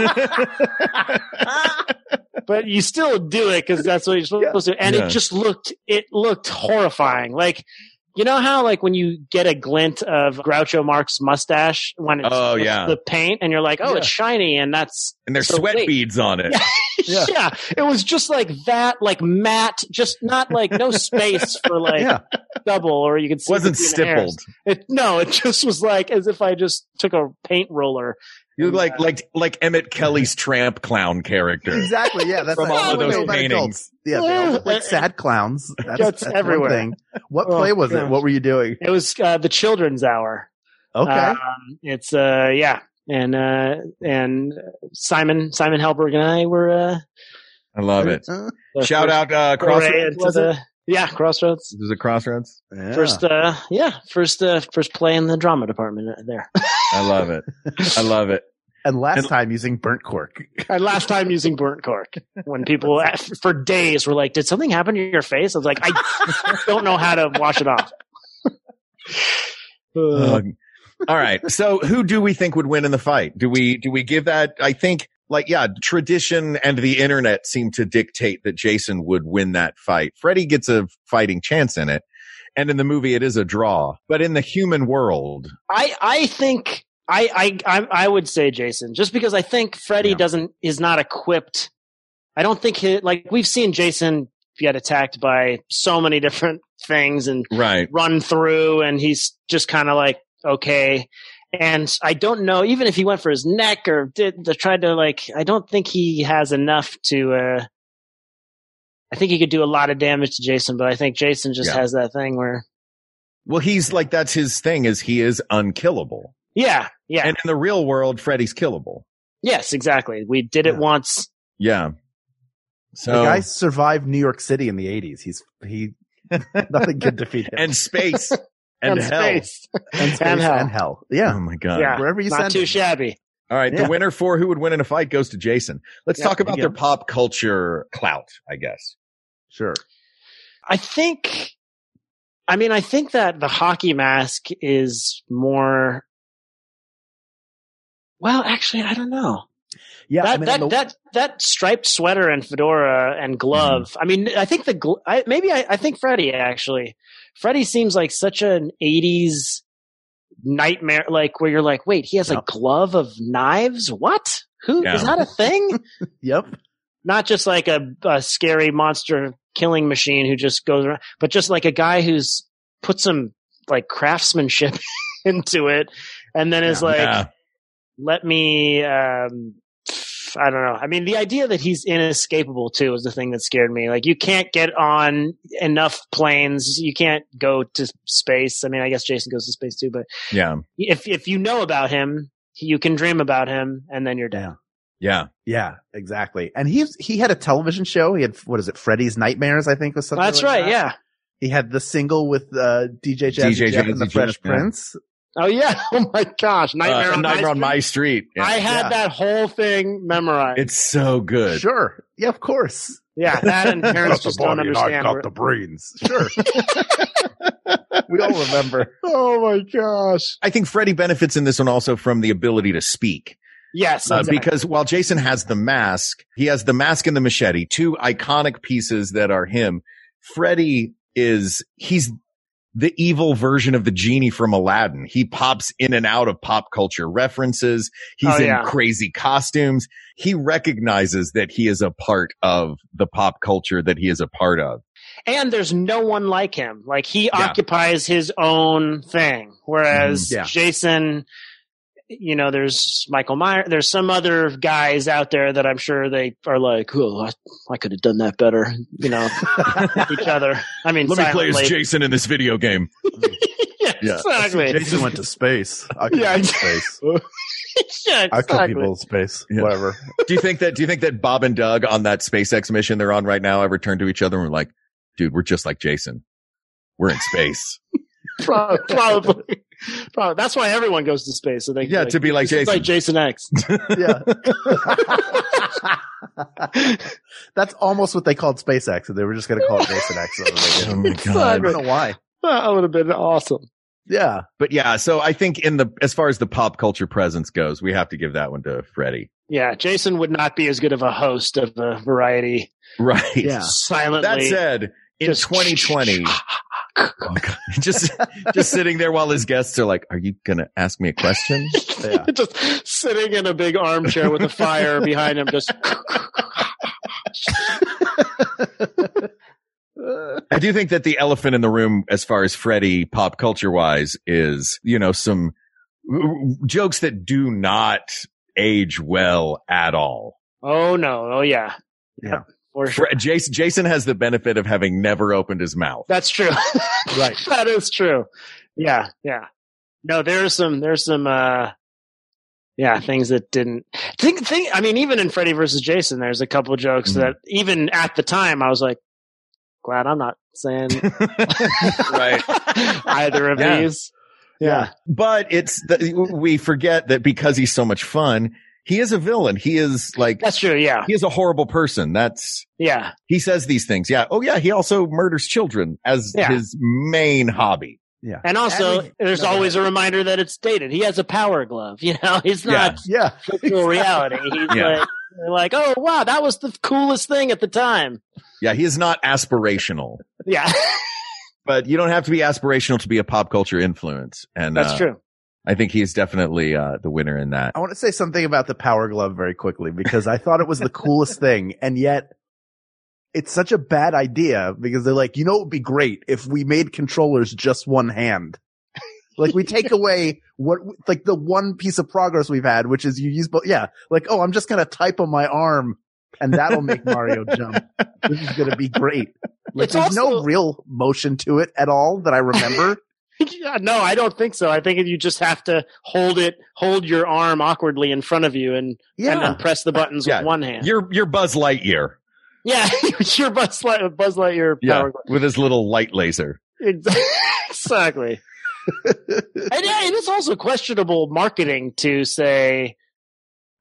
but you still do it because that's what you're supposed to. do. And
Yeah.
it just looked it looked horrifying. Like you know how like when you get a glint of Groucho Marx mustache when it's,
Oh,
it's
yeah.
the paint, and you're like, oh, it's shiny, and that's
And there's
So
sweat
wait.
beads on it.
yeah. it was just like that, like matte, just not like no space for like
Yeah.
double, or you could see
Wasn't
between the hairs.
stippled.
It, no, it just was like as if I just took a paint roller.
You look
Yeah.
like like like Emmett Kelly's tramp clown character.
Exactly. Yeah. That's
From
like-
all of
what we
those
know about
paintings.
adults. Yeah. They all look like
Yeah.
sad clowns. That's,
That's
that's one
everywhere.
thing. What
Oh,
play was it?
gosh.
What were you doing?
It was uh, the children's hour.
Okay.
Um, it's uh yeah, and uh and Simon Simon Halberg and I were uh,
I love it.
Uh,
the
Shout
first
out uh,
foray
Crossroads.
into
Was it?
the- yeah crossroads.
This is a Crossroads.
yeah.
First, uh, yeah, first, uh, first play in the drama department there.
I love it. I love it.
and last
and-
time using burnt cork.
And Uh, last time using burnt cork, when people for days were like, "Did something happen to your face?" I was like, "I don't know how to wash it off." Uh,
Um, all right. So who do we think would win in the fight? Do we do we give that I think like yeah, tradition and the internet seem to dictate that Jason would win that fight. Freddy gets a fighting chance in it. And in the movie, it is a draw. But in the human world,
I I think I I I, I would say Jason just because I think Freddy
Yeah.
doesn't is not equipped. I don't think he like we've seen Jason get attacked by so many different things and
right?
run through and he's just kind of like okay and i don't know even if he went for his neck or did the tried to like i don't think he has enough to uh i think he could do a lot of damage to jason but i think jason just
Yeah.
has that thing where
Well, he's like that's his thing is he is unkillable.
yeah yeah
And in the real world, Freddy's killable.
yes exactly we did it
Yeah.
once
Yeah.
The
So
guy survived New York City in the 80s. He's he nothing could defeat him.
and space and
on
hell.
space.
And, space
and hell.
and hell. Yeah.
Oh my god.
Yeah.
Wherever you
not
send
too
him.
shabby
All right.
Yeah.
The winner for who would win in a fight goes to Jason. Let's
Yeah,
talk about
yeah.
their pop culture clout, I guess.
Sure.
I think, I mean, I think that the hockey mask is more. Well, actually, I don't know.
Yeah.
that
I mean,
that,
the-
that that striped sweater and fedora and glove.
Mm.
I mean, I think the gl- I, maybe I, I think Freddie actually. Freddie seems like such an '80s nightmare. Like where you're like, wait, he has
Yeah.
a glove of knives. What? Who is
Yeah.
that a thing?
yep.
not just like a, a scary monster killing machine who just goes around, but just like a guy who's put some like craftsmanship into it, and then is like,
Yeah.
let me. Um, I don't know. I mean, the idea that he's inescapable too was the thing that scared me. Like, you can't get on enough planes. You can't go to space. I mean, I guess Jason goes to space too, but
yeah.
if if you know about him, you can dream about him, and then you're down.
Yeah.
Yeah, exactly. And he's he had a television show. He had what is it? Freddy's Nightmares, I think was something.
That's
like
right.
that.
Yeah.
He had the single with uh, DJ Jazzy
DJ
Jeff and the
Jazzy
Fresh
Jeff, yeah.
Prince.
Oh yeah! Oh my gosh! Nightmare,
Uh,
on,
Nightmare
My
on
Street.
My Street. Yeah.
I had
Yeah.
that whole thing memorized.
it's so good.
Sure. Yeah, of course.
yeah, that and parents
Got the
just don't
body and I
understand.
got
where-
the brains. Sure.
We all remember.
oh my gosh!
I think Freddy benefits in this one also from the ability to speak.
Yes,
Uh,
exactly.
because while Jason has the mask, he has the mask and the machete, two iconic pieces that are him. Freddy is, he's the evil version of the genie from Aladdin. He pops in and out of pop culture references. He's
Oh, yeah.
in crazy costumes. He recognizes that he is a part of the pop culture that he is a part of.
and there's no one like him. Like he
Yeah. Mm,
occupies his own thing, whereas
Mhm. Yeah.
Jason, you know, there's Michael Myers. There's some other guys out there that I'm sure they are like, "Oh, I, I could have done that better," you know, each other. I mean,
Let me play as
silently.
Jason in this video game.
Yeah,
Yeah.
exactly.
Jason went to space. I could
Yeah,
yeah, space.
yeah,
I cut
exactly.
people in space.
Yeah.
Whatever.
do you think that do you think that Bob and Doug on that SpaceX mission they're on right now ever turn to each other and were like, dude, we're just like Jason. We're in space.
Pro- probably. probably. That's why everyone goes to space. So they
yeah, to be like
Jason.
Jason.
like Jason X.
Yeah. That's almost what they called SpaceX. They were just going to call it Jason X. and they
oh
didn't.
my
I
god.
don't know why.
that would have been awesome.
Yeah.
But yeah, so I think in the as far as the pop culture presence goes, we have to give that one to Freddie.
Yeah, Jason would not be as good of a host of a variety
Right.
Yeah.
silently.
That said, in
Just-
2020, just just sitting there while his guests are like, "Are you gonna ask me a question?"
Yeah.
just sitting in a big armchair with a fire behind him. Just
I do think that the elephant in the room, as far as Freddy pop culture wise, is, you know, some w- jokes that do not age well at all.
oh no, oh yeah,
Yeah.
for sure.
Fre- Jason, Jason has the benefit of having never opened his mouth.
That's true.
Right.
that is true. Yeah, yeah. No, there's some there's some uh yeah, things that didn't think think I mean even in Freddy versus Jason there's a couple jokes
Mhm.
that even at the time I was like glad I'm not saying
right.
either of
Yeah.
these.
But it's, the, we forget that because he's so much fun, he is a villain. He is like,
That's true, yeah.
he is a horrible person. That's,
Yeah.
he says these things. Yeah. Oh yeah. He also murders children as
Yeah.
his main hobby.
And also
Every-
there's
no, go
always a reminder that it's dated. He has a power glove, you know. He's not
Yeah.
virtual reality. He's
Yeah.
like they're like, "Oh, wow, that was the coolest thing at the time."
Yeah. He is not aspirational.
Yeah.
but you don't have to be aspirational to be a pop culture influence. And
That's
uh,
true. Oh,
I think he's definitely uh, the winner in that.
I want to say something about the power glove very quickly because I thought it was the coolest thing. And yet it's such a bad idea because they're like, you know, it would be great if we made controllers just one hand. Like we take away what, like the one piece of progress we've had, which is you use both. Yeah. Like, oh, I'm just going to type on my arm and that'll make Mario jump. This is going to be great. Like
It's
there's no
also-
real motion to it at all that I remember.
yeah, no, I don't think so. I think you just have to hold it, hold your arm awkwardly in front of you, and and then press the buttons
Uh, Yeah.
with one hand.
You're you're Buzz Lightyear.
yeah, your Buzz Light, Buzz Lightyear
Yeah,
power.
with his little light laser.
exactly. and yeah, it is also questionable marketing to say,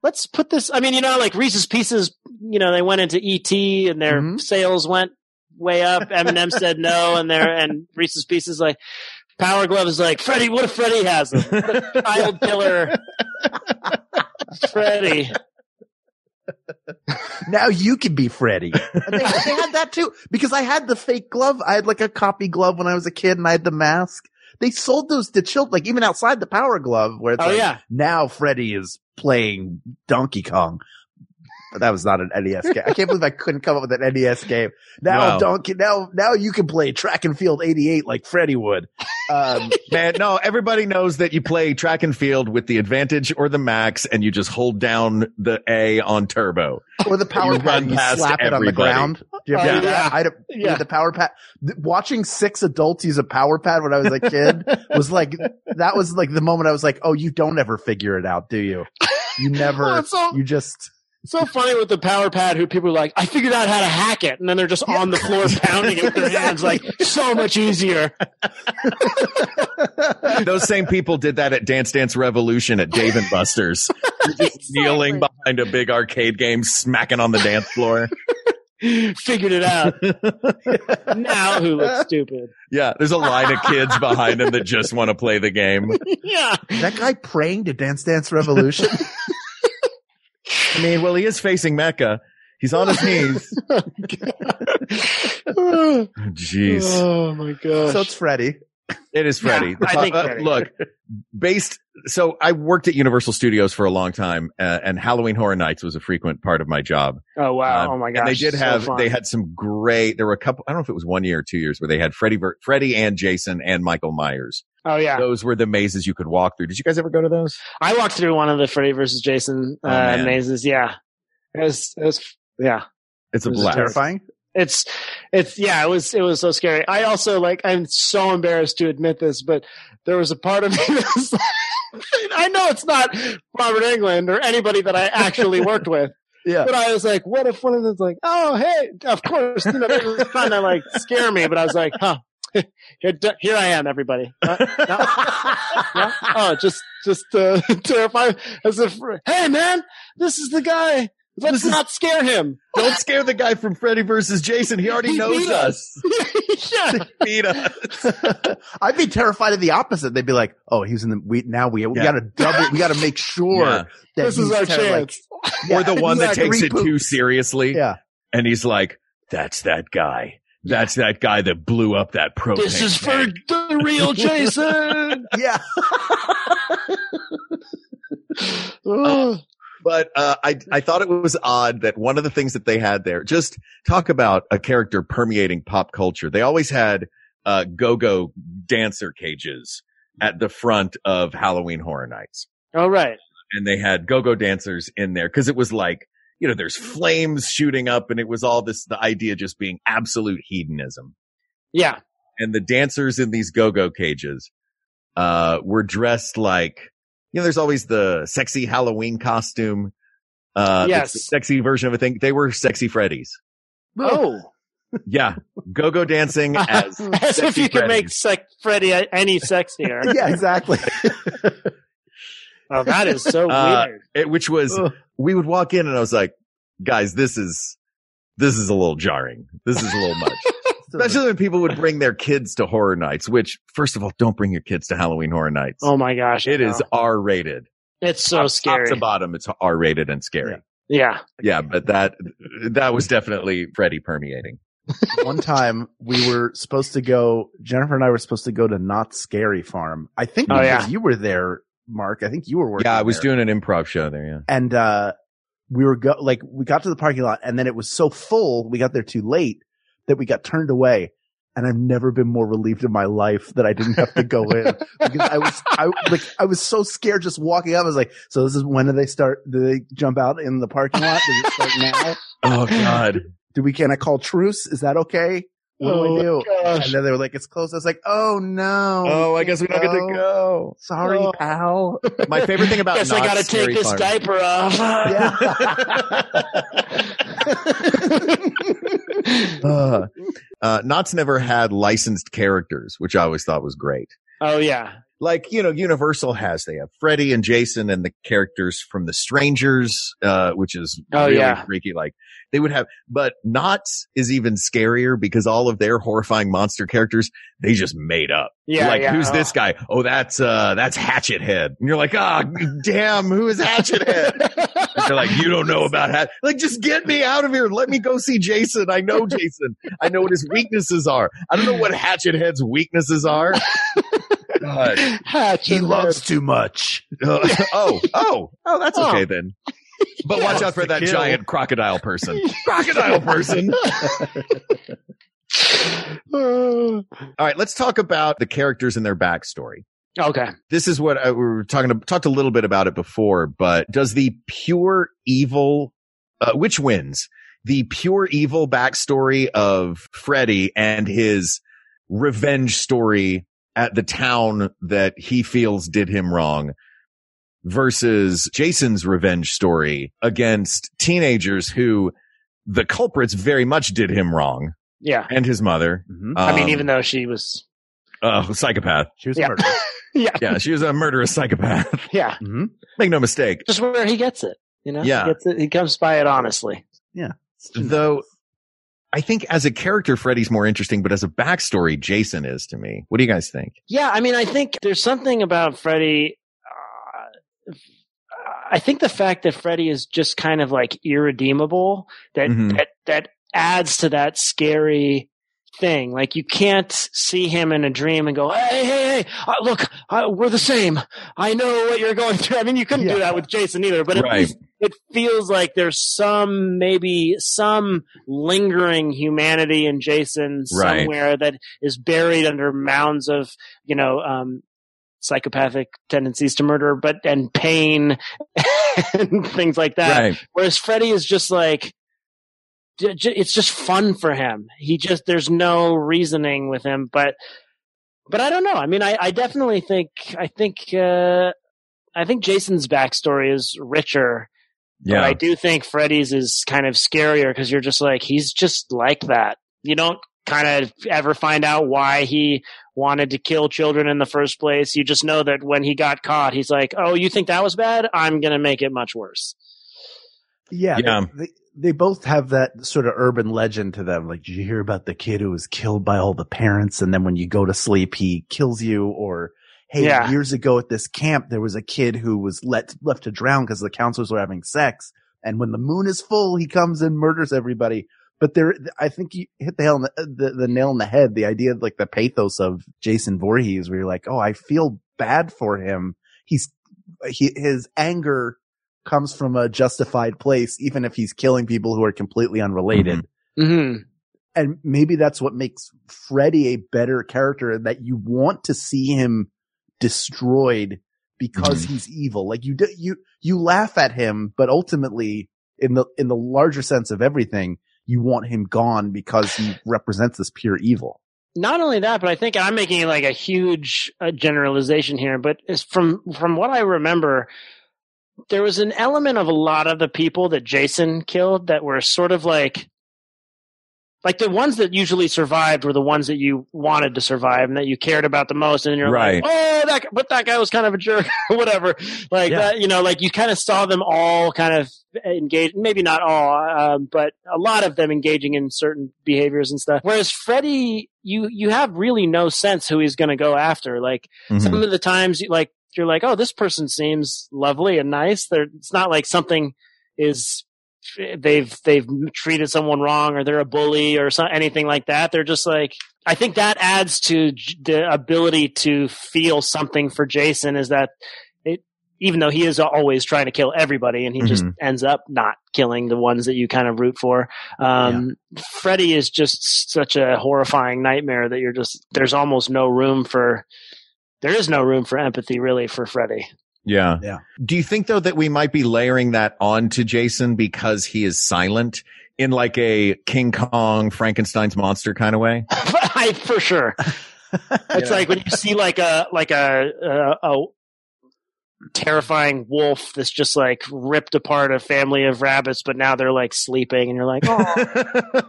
let's put this. I mean, you know, like Reese's Pieces, you know, they went into ET and their
Mhm.
sales went way up. Eminem said no, and their and Reese's Pieces like Power Glove is like Freddy. What if Freddy has them? The child killer. Freddy.
Now you can be Freddy. And they, they had that too because I had the fake glove. I had like a copy glove when I was a kid, and I had the mask. They sold those to children, like even outside the Power Glove, where it's
Oh
like,
yeah.
now Freddy is playing Donkey Kong. But that was not an NES game. I can't believe I couldn't come up with an NES game. Now
Wow.
Donkey, now now you can play Track and Field '88 like Freddy would. Um,
Man, no, everybody knows that you play track and field with the advantage or the max, and you just hold down the A on turbo.
or the power
You
pad,
run
you
past
slap it on the
everybody. Oh,
ground. Do you ever
Yeah.
do that? I had a-
Yeah.
the power pad. th- Watching six adults use a power pad when I was a kid was like that was like the moment I was like, oh, you don't ever figure it out, do you? You
Well,
never.
Oh, it's so-
You just
so funny with the power pad who people are like, I figured out how to hack it. And then they're just on the floor pounding it with their hands like, so much easier.
Those same people did that at Dance Dance Revolution at Dave and Buster's, kneeling behind a big arcade game, smacking on the dance floor.
Figured it out. now who looks stupid?
Yeah, there's a line of kids behind them that just want to play the game.
Yeah.
that guy praying to Dance Dance Revolution.
I mean, well, he is facing Mecca. He's on his knees. Jeez.
Oh my gosh.
so it's Freddy.
Uh, It is Freddy.
I think
Uh,
Freddy.
Look, based. So I worked at Universal Studios for a long time, uh, and Halloween Horror Nights was a frequent part of my job.
oh wow.
Um,
oh my gosh.
And they did
So
have
fun.
they had some great. There were a couple. I don't know if it was one year or two years where they had Freddy, ver- Freddy and Jason and Michael Myers.
Oh yeah.
Those were the mazes you could walk through. Did you guys ever go to those?
I walked through one of the Freddy versus Jason
Oh,
uh,
man.
mazes. Yeah. It was, it was yeah.
It's a
It was
blast.
Terrifying.
It's it's yeah, it was it was so scary. I also like I'm so embarrassed to admit this, but there was a part of me that's like, I know it's not Robert England or anybody that I actually worked with.
Yeah.
But I was like, what if one of them's like, oh hey, of course, you know, they were trying to like scare me, but I was like, huh. Here, here I am, everybody. Huh? No? No? Oh, just, just uh, terrified. As if, hey, man, this is the guy. Let's not scare him.
Don't scare the guy from Freddy versus Jason. He already
He
knows
beat
us.
yeah.
Beat us.
I'd be terrified of the opposite. They'd be like, "Oh, he's in the we now we we
Yeah.
got to double. We got to make sure
Yeah.
that
This is
he's
our
terri- like-
chance.
or the
Yeah,
one that
exactly.
takes it
Reboot.
too seriously.
Yeah.
And he's like, that's that guy. That's that guy that blew up that propane.
This is for
tank."
the real Jason.
Yeah.
Ugh.
But uh, I, I thought it was odd that one of the things that they had there, just talk about a character permeating pop culture. They always had uh, go-go dancer cages at the front of Halloween Horror Nights.
All right.
and they had go-go dancers in there because it was like you know there's flames shooting up and it was all this the idea just being absolute hedonism
Yeah.
and the dancers in these go-go cages uh were dressed like you know there's always the sexy halloween costume uh
Yes.
the sexy version of a thing they were sexy freddies
Oh,
yeah go-go dancing as
as if
Sexy
you could make
Freddy.
sec- Freddy a- any sexier.
Yeah. Exactly.
oh, that is so
Uh,
weird.
it, which was
Ugh.
we would walk in and i was like guys this is this is a little jarring this is a little much Especially when people would bring their kids to horror nights, which first of all, don't bring your kids to Halloween horror nights.
Oh my gosh.
it
I know.
is R rated.
It's so scary.
Top to bottom, it's R rated and scary.
yeah.
Yeah. but that, that was definitely Freddy permeating.
one time we were supposed to go, Jennifer and I were supposed to go to Not Scary Farm. I think
Oh,
because
yeah.
you were there, Mark. I think you were working.
Yeah, I was
there.
doing an improv show there. Yeah.
and uh we were go like we got to the parking lot and then it was so full we got there too late that we got turned away and I've never been more relieved in my life that I didn't have to go in because I was I like I was so scared just walking up. I was like, so this is when do they start? Do they jump out in the parking lot? Do they start now?
Oh God.
Do we can I call truce? Is that okay? What do I do? And then they were like, it's closed. I was like, oh no.
Oh, I guess we don't get to go.
Sorry,
Oh.
pal.
My favorite thing about
Guess I
not
gotta
Scary
take this
Farm-
diaper off.
Uh, uh, Knott's never had licensed characters, which I always thought was great.
oh yeah.
Like, you know, Universal has, they have Freddy and Jason and the characters from The Strangers, uh, which is
Oh,
really
yeah.
freaky. Like they would have, but Knott's is even scarier because all of their horrifying monster characters, they just made up.
Yeah.
like,
yeah.
who's
Oh.
this guy? Oh, that's, uh, that's Hatchet Head. And you're like, ah, damn, who is Hatchet Head? And they're like, you don't know about Hatchet. Like, just get me out of here. Let me go see Jason. I know Jason. I know what his weaknesses are. I don't know what Hatchet Head's weaknesses are. God.
Hatchet
He
Head.
loves too much.
oh, oh, oh, that's okay then. But watch out for that
kill.
giant crocodile person. crocodile person.
Uh,
All right, let's talk about the characters and their backstory.
okay.
this is what I, we were talking about, talked a little bit about it before, but does the pure evil, uh, which wins the pure evil backstory of Freddy and his revenge story at the town that he feels did him wrong versus Jason's revenge story against teenagers who the culprits very much did him wrong
Yeah.
and his mother.
Mhm.
Mm-hmm. I mean,
Um,
even though she was.
uh, psychopath.
She was
Yeah.
a murderer.
Yeah.
Yeah. She was a murderous psychopath.
Yeah.
Make no mistake.
Just where he gets it. You know.
Yeah.
He, gets it, he comes by it honestly.
though I think as a character, Freddy's more interesting, but as a backstory, Jason is to me. What do you guys think?
Yeah, I mean, I think there's something about Freddy. Uh, I think the fact that Freddy is just kind of like irredeemable that
Mhm.
that that adds to that scary thing. Like you can't see him in a dream and go, "Hey, hey, hey! Uh, look, uh, we're the same. I know what you're going through." I mean, you couldn't do that with Jason either, but at
Right.
least it feels like there's some maybe some lingering humanity in Jason
Right.
somewhere that is buried under mounds of you know um, psychopathic tendencies to murder, but and pain and things like that.
right.
Whereas Freddy is just like j- j- it's just fun for him. He just there's no reasoning with him, but but I don't know. I mean, I, I definitely think I think uh, I think Jason's backstory is richer
Yeah.
but I do think Freddy's is kind of scarier because you're just like, he's just like that. You don't kind of ever find out why he wanted to kill children in the first place. You just know that when he got caught, he's like, oh, you think that was bad? I'm going to make it much worse.
Yeah.
Yeah.
They, they, they both have that sort of urban legend to them. Like, did you hear about the kid who was killed by all the parents? And then when you go to sleep, he kills you or, Hey,
Yeah.
years ago at this camp, there was a kid who was let, left to drown because the counselors were having sex. And when the moon is full, he comes and murders everybody. But there, I think you hit the, hell in the, uh, the, the nail on the head. The idea of like the pathos of Jason Voorhees where you're like, Oh, I feel bad for him. He's, he, his anger comes from a justified place, even if he's killing people who are completely unrelated.
Mm-hmm.
And maybe that's what makes Freddy a better character that you want to see him destroyed because he's evil. Like you, do, you, you laugh at him, but ultimately in the, in the larger sense of everything, you want him gone because he represents this pure evil.
Not only that, but I think I'm making like a huge uh, generalization here, but it's from, from what I remember, there was an element of a lot of the people that Jason killed that were sort of like like the ones that usually survived were the ones that you wanted to survive and that you cared about the most and you're
Right.
like oh that but that guy was kind of a jerk or whatever like
Yeah.
that you know like you kind of saw them all kind of engage maybe not all um, but a lot of them engaging in certain behaviors and stuff whereas freddy you you have really no sense who he's going to go after like
Mhm.
some of the times you- like you're like oh this person seems lovely and nice They're, it's not like something is they've they've treated someone wrong or they're a bully or some, anything like that. They're just like I think that adds to j- the ability to feel something for Jason is that it even though he is always trying to kill everybody and he just
Mhm.
ends up not killing the ones that you kind of root for. Um, Freddy is just such a horrifying nightmare that you're just there's almost no room for there is no room for empathy really for Freddy.
Yeah.
Yeah.
Do you think though that we might be layering that on to Jason because he is silent in like a King Kong Frankenstein's monster kind of way?
I, for sure. It's like when you see like a like a, a a terrifying wolf that's just like ripped apart a family of rabbits, but now they're like sleeping, and you're like, "Oh,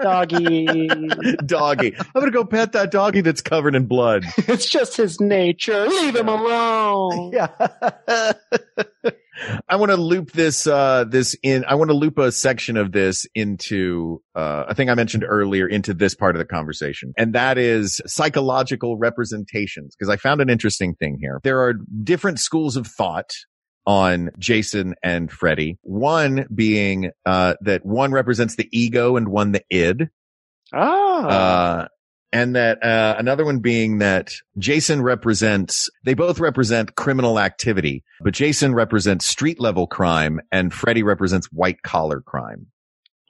doggy,
doggy. I'm going to go pet that doggy that's covered in blood.
it's just his nature. Leave him alone."
Yeah.
I want to loop this, uh, this in, I want to loop a section of this into, uh, I think I mentioned earlier into this part of the conversation. And that is psychological representations. Cause I found an interesting thing here. There are different schools of thought on Jason and Freddy. One being, uh, that one represents the ego and one the id.
Oh,
Uh, and that uh, another one being that Jason represents, they both represent criminal activity, but Jason represents street level crime and Freddy represents white collar crime.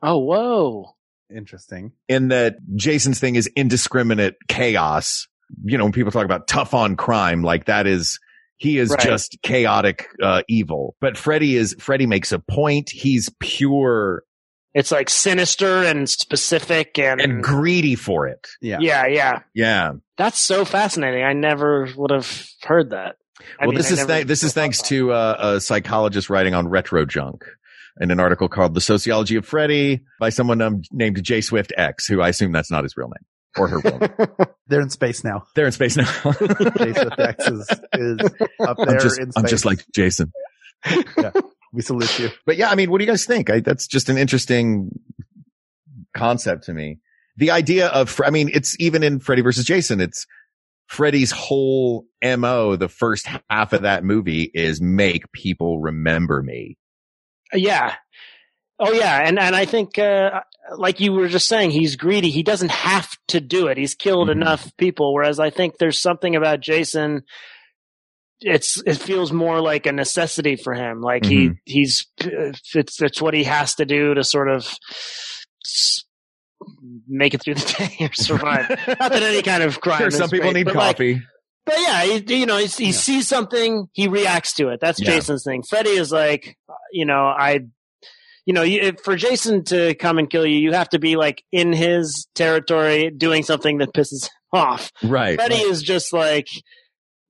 oh, whoa.
Interesting.
In that Jason's thing is indiscriminate chaos. You know, when people talk about tough on crime, like that is, he is
Right.
just chaotic uh, evil. But Freddy is, Freddy makes a point. He's pure
It's like sinister and specific, and,
and greedy for it.
Yeah.
yeah, yeah.
Yeah.
That's so fascinating. I never would have heard that. I
well,
mean,
this
I
is
never
th- this is
thought
thanks
about it.
to uh, a psychologist writing on retro junk in an article called "The Sociology of Freddy" by someone um, named J Swift X, who I assume that's not his real name or her real name.
They're in space now.
They're in space now.
Jason X is, is up there
I'm just
in space.
I'm just like Jason.
we salute you.
But yeah, I mean, what do you guys think? I, that's just an interesting concept to me. The idea of Fre- I mean, it's even in Freddy versus Jason. It's Freddy's whole mo. The first half of that movie is make people remember me.
Yeah. Oh yeah, and and I think uh, like you were just saying, he's greedy. He doesn't have to do it. He's killed
Mhm.
enough people. Whereas I think there's something about Jason. It's it feels more like a necessity for him. Like
Mm-hmm.
he he's it's it's what he has to do to sort of s- make it through the day or survive. Not that any kind of crime.
Sure,
is
some people
great,
need
but, like,
coffee.
But yeah, he, you know, he, he sees something, he reacts to it. That's
Yeah.
Jason's thing. Freddy is like, you know, I, you know, you, for Jason to come and kill you, you have to be like in his territory doing something that pisses him off.
right.
Freddy is just like,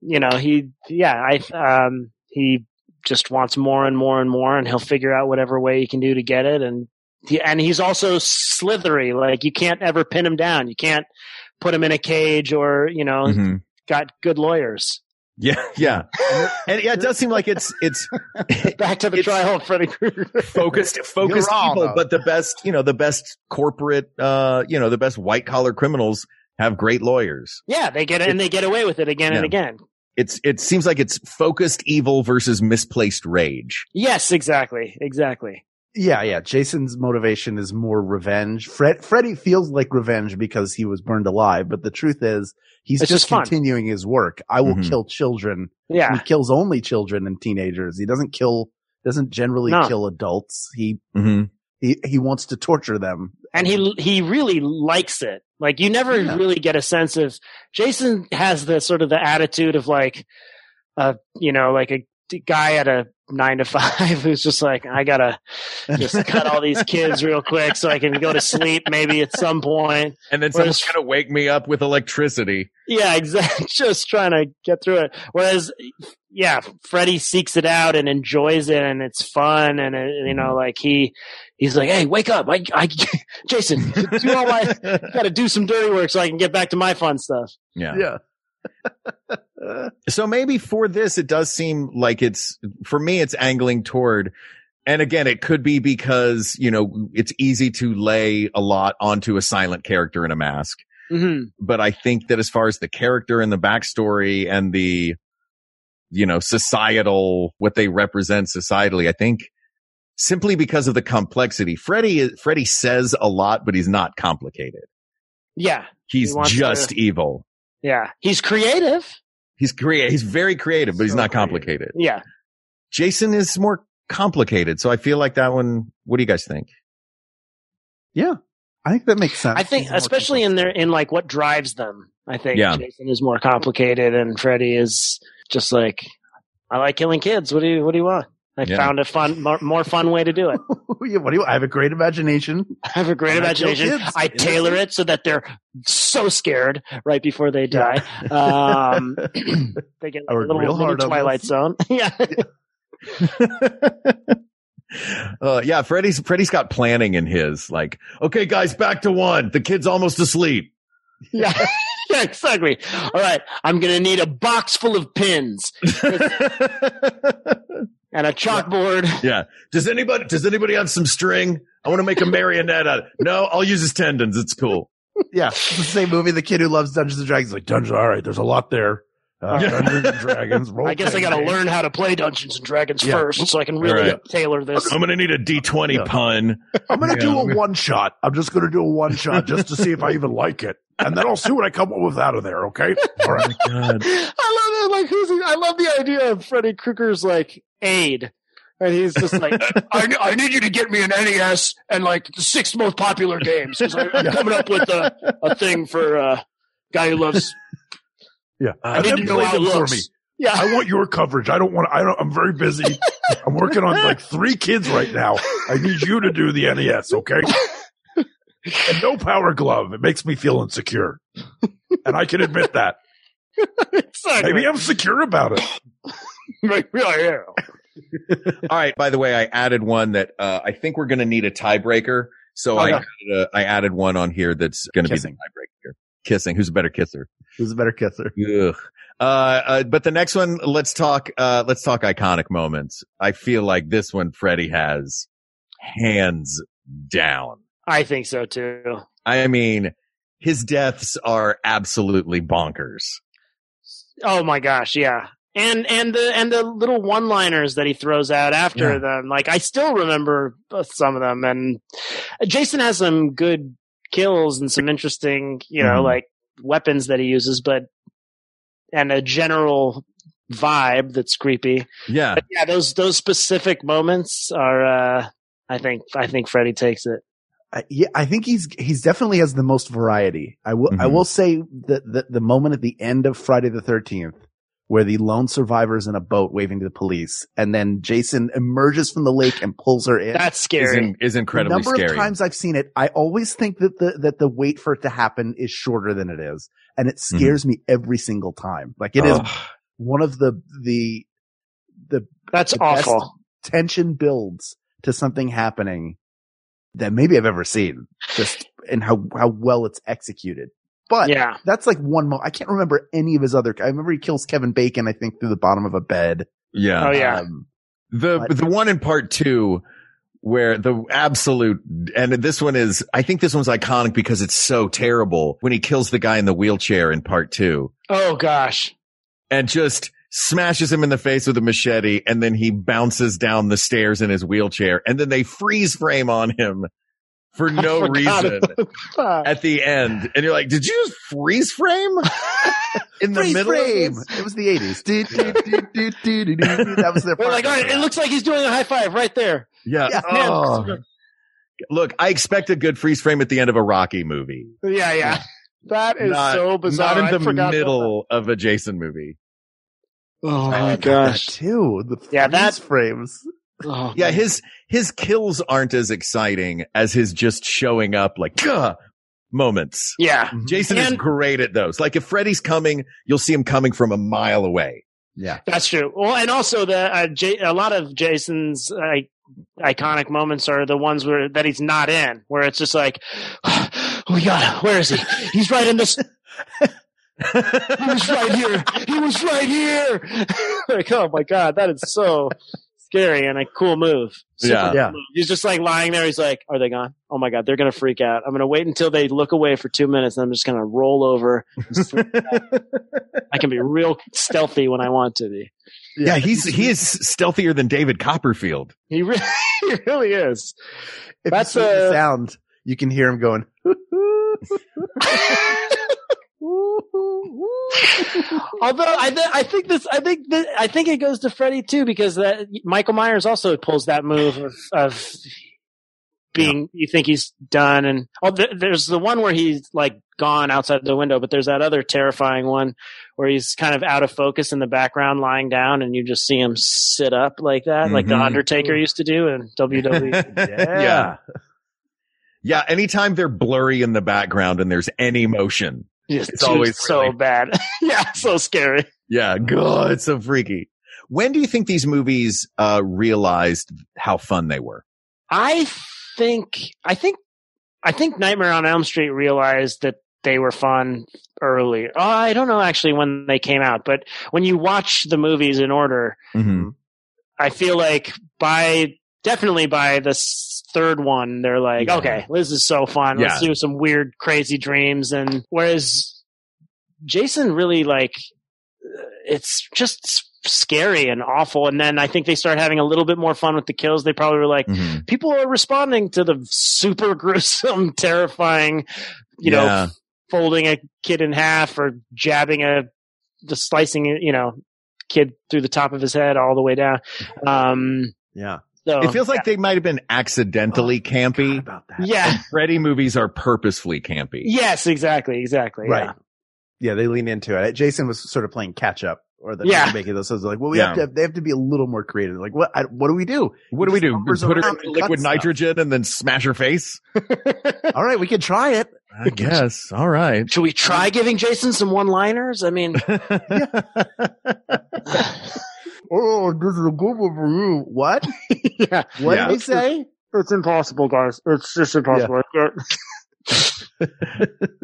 you know, he, yeah, I, um, he just wants more and more and more, and he'll figure out whatever way he can do to get it. And he, and he's also slithery. Like you can't ever pin him down. You can't put him in a cage or you know
Mhm.
got good lawyers.
Yeah, yeah, and yeah, it does seem like it's it's
Back to the
It's-
trial of Freddy Krueger.
focused focused
You're wrong,
people,
though.
but the best you know the best corporate uh you know the best white collar criminals have great lawyers.
yeah, they get it and they get away with it again and
Yeah.
again.
It's it seems like it's focused evil versus misplaced rage.
Yes, exactly, exactly.
Yeah, yeah. Jason's motivation is more revenge. Fred, Freddy feels like revenge because he was burned alive, but the truth is he's
It's
just
just fun.
continuing his work. I will
Mhm.
kill children. He
Yeah,
kills only children and teenagers. He doesn't kill, doesn't generally
No.
kill adults. He,
Mm-hmm.
he, he wants to torture them.
and he he really likes it. Like you never
Yeah.
really get a sense of Jason has the sort of the attitude of like, uh, you know, like a d- guy at a nine to five who's just like, I gotta just cut all these kids real quick so I can go to sleep maybe at some point.
And then
Whereas-
someone's gonna wake me up with electricity.
Yeah, exactly. Just trying to get through it. Whereas, yeah, Freddy seeks it out and enjoys it, and it's fun, and it, you know, like he, he's like, "Hey, wake up! I, I Jason, do all my, got to do some dirty work so I can get back to my fun stuff."
yeah.
Uh,
So maybe for this, it does seem like it's, for me, it's angling toward, and again, it could be because, you know, it's easy to lay a lot onto a silent character in a mask.
hmm
But I think that as far as the character and the backstory and the, you know, societal, what they represent societally, I think simply because of the complexity. Freddy, is- Freddy says a lot, but he's not complicated.
Yeah.
He's
wants
just evil.
Yeah. He's creative.
He's crea- He's very creative, but he's
So
not
creative.
complicated.
Yeah.
Jason is more complicated. So I feel like that one. What do you guys think?
I think that makes sense.
I think
He's more
especially in
complex.
their in like what drives them. I think
Yeah.
Jason is more complicated and Freddy is just like I like killing kids. What do you what do you want? I
Yeah.
found a fun more, more fun way to do it.
Yeah, what do you? I have a great imagination.
I have a great
And I kill
imagination.
kids.
I
It is-
tailor it so that they're so scared right before they die. Um, they get
I
a
worked
little,
real
mini
hard on
Twilight
this.
Zone. yeah.
Uh, yeah, Freddy's Freddy's got planning in his. Like, okay, guys, back to one. The kid's almost asleep.
Yeah. yeah, exactly. All right. I'm going to need a box full of pins and a chalkboard.
yeah. Does anybody Does anybody have some string? I want to make a marionette out. of No, I'll use his tendons. It's cool.
Yeah, it's the same movie. The kid who loves Dungeons and Dragons. Like
Dungeons. All right, there's a lot there. Uh,
Yeah.
Dungeons and Dragons.
I guess I got to
role-playing
learn how to play Dungeons and Dragons
Yeah.
first so I can really
right.
tailor this.
I'm gonna need a D twenty
Yeah.
pun.
I'm gonna
Yeah.
do a one shot. I'm just gonna do a one shot just to see if I even like it, and then I'll see what I come up with out of there. Okay. All right.
God.
I love it. Like, who's, I love the idea of Freddy Krueger's like aide. And he's just like,
I, I need you to get me an NES and like the six most popular games 'cause I- I'm coming up with a, a thing for a uh, guy who loves.
Yeah.
Uh, I need to know
play
how it
them for
looks.
me.
yeah.
I want your coverage. I don't want. I don't. I'm very busy. I'm working on like three kids right now. I need you to do the NES, okay? And no power glove. It makes me feel insecure, and I can admit that.
exactly.
Maybe I'm secure about it.
Right, yeah, yeah.
All right. By the way, I added one that uh, I think we're gonna need a tiebreaker. So I
yeah.
added a, I added one on here that's gonna
Oh, Kissing.
be the tiebreaker. Kissing. Who's a better kisser?
who's a better kisser?
Ugh. Uh, uh, but the next one, let's talk, uh, let's talk iconic moments. I feel like this one Freddie has hands down.
I think so too.
I mean, his deaths are absolutely bonkers.
Oh my gosh, yeah. And and the and the little one liners that he throws out after
Yeah.
them, like I still remember uh, some of them. And Jason has some good kills and some interesting, you know,
Mhm.
like weapons that he uses, but and a general vibe that's creepy.
Yeah.
But yeah, those those specific moments are, uh I think I think Freddy takes it.
I, yeah, I think he's he's definitely has the most variety. I will I
Mhm.
will say the, the the moment at the end of Friday the Thirteenth, where the lone survivor is in a boat waving to the police, and then Jason emerges from the lake and pulls her in.
That's
Is,
scary.
in- is
the
incredibly
number
scary.
of times I've seen it, I always think that the that the wait for it to happen is shorter than it is, and it scares me every single time. Like it is
Mm-hmm. Ugh.
one of the the
That's
the best-
awful.
tension builds to something happening that maybe I've ever seen, just in how how well it's executed. But
yeah.
that's like one mo. I can't remember any of his other. I remember he kills Kevin Bacon, I think, through the bottom of a bed.
Yeah.
Oh yeah.
Um,
The
But-
the one in part two where the absolute and this one is I think this one's iconic because it's so terrible when he kills the guy in the wheelchair in part two
Oh gosh.
and just smashes him in the face with a machete and then he bounces down the stairs in his wheelchair and then they freeze frame on him for no
forgot
reason at the end and you're like did you just freeze frame in the
freeze
middle of
frame.
this?
It was the eighties. That was their.
We're
part.
like, all right, it looks like he's doing a high five right there.
yeah,
Yeah.
Oh.
Man,
look I expect a good freeze frame at the end of a Rocky movie
yeah, yeah. That is
Not-
so bizarre.
Not
I
in the
forgot about
middle of a Jason movie.
that. Oh my
I got
gosh.
that too. The
Yeah,
yeah,
that-
that's frames.
Oh,
Yeah, his his kills aren't as exciting as his just showing up like "Gah!" moments.
yeah.
Jason is
And-
great at those. Like if Freddy's coming, you'll see him coming from a mile away.
That's true. Well, and also the uh, J- a lot of Jason's like iconic moments are the ones where that he's not in, where it's just like, oh my god, where is he? He's right in this. He was right here. He was right here. like, oh my god, that is so scary and a cool move. Super
Yeah.
cool
Yeah.
move. He's just like lying there. He's like, are they gone? Oh my god, they're gonna freak out. I'm gonna wait until they look away for two minutes, and I'm just gonna roll over. and sleep. I can be real stealthy when I want to be.
Yeah, he's he is stealthier than David Copperfield.
He really, he really is.
If
That's
you see the
a-
sound. You can hear him going.
Although I, th- I think this, I think that, I think it goes to Freddy too because that Michael Myers also pulls that move of, of being. You think he's done, and oh, th- there's the one where he's like gone outside the window, but there's that other terrifying one where he's kind of out of focus in the background, lying down, and you just see him sit up like that, like the
Mhm.
Undertaker used to do in E. WWE.
yeah. Yeah, anytime they're blurry in the background and there's any motion.
Just
It's always
so
really-
bad. yeah, so scary.
Yeah, God, it's so freaky. When do you think these movies uh, realized how fun they were?
I think I think I think Nightmare on Elm Street realized that they were fun early. Oh, I don't know actually when they came out, but when you watch the movies in order,
Mm-hmm.
I feel like by definitely by the s- third one, they're like,
Yeah.
okay, this is so fun. Let's
Yeah.
do some weird, crazy dreams. And whereas Jason really like, uh, it's just s- scary and awful. And then I think they start having a little bit more fun with the kills. They probably were like,
Mm-hmm.
people are responding to the super gruesome, terrifying, you know, folding a kid in half or jabbing a, just slicing, you know, kid through the top of his head all the way down. Um,
yeah.
so
it feels like they might have been accidentally campy.
about that.
yeah,
Freddy movies are purposefully campy.
yes, exactly, exactly,
Right.
yeah.
Yeah, they lean into it. Jason was sort of playing catch up or the
Yeah.
making those sounds like, well, we
Yeah.
have to they have to be a little more creative. Like, what I, what do we do?
What do we do?
Just
Put her
around
in
and
liquid
cut stuff.
nitrogen and then smash her face?
All right, we could try it.
I guess. All right.
Should we try giving Jason some one-liners? I mean,
Oh, this is a good one for you. What?
yeah,
What
Yeah.
did they say?
it's impossible, guys. It's just impossible.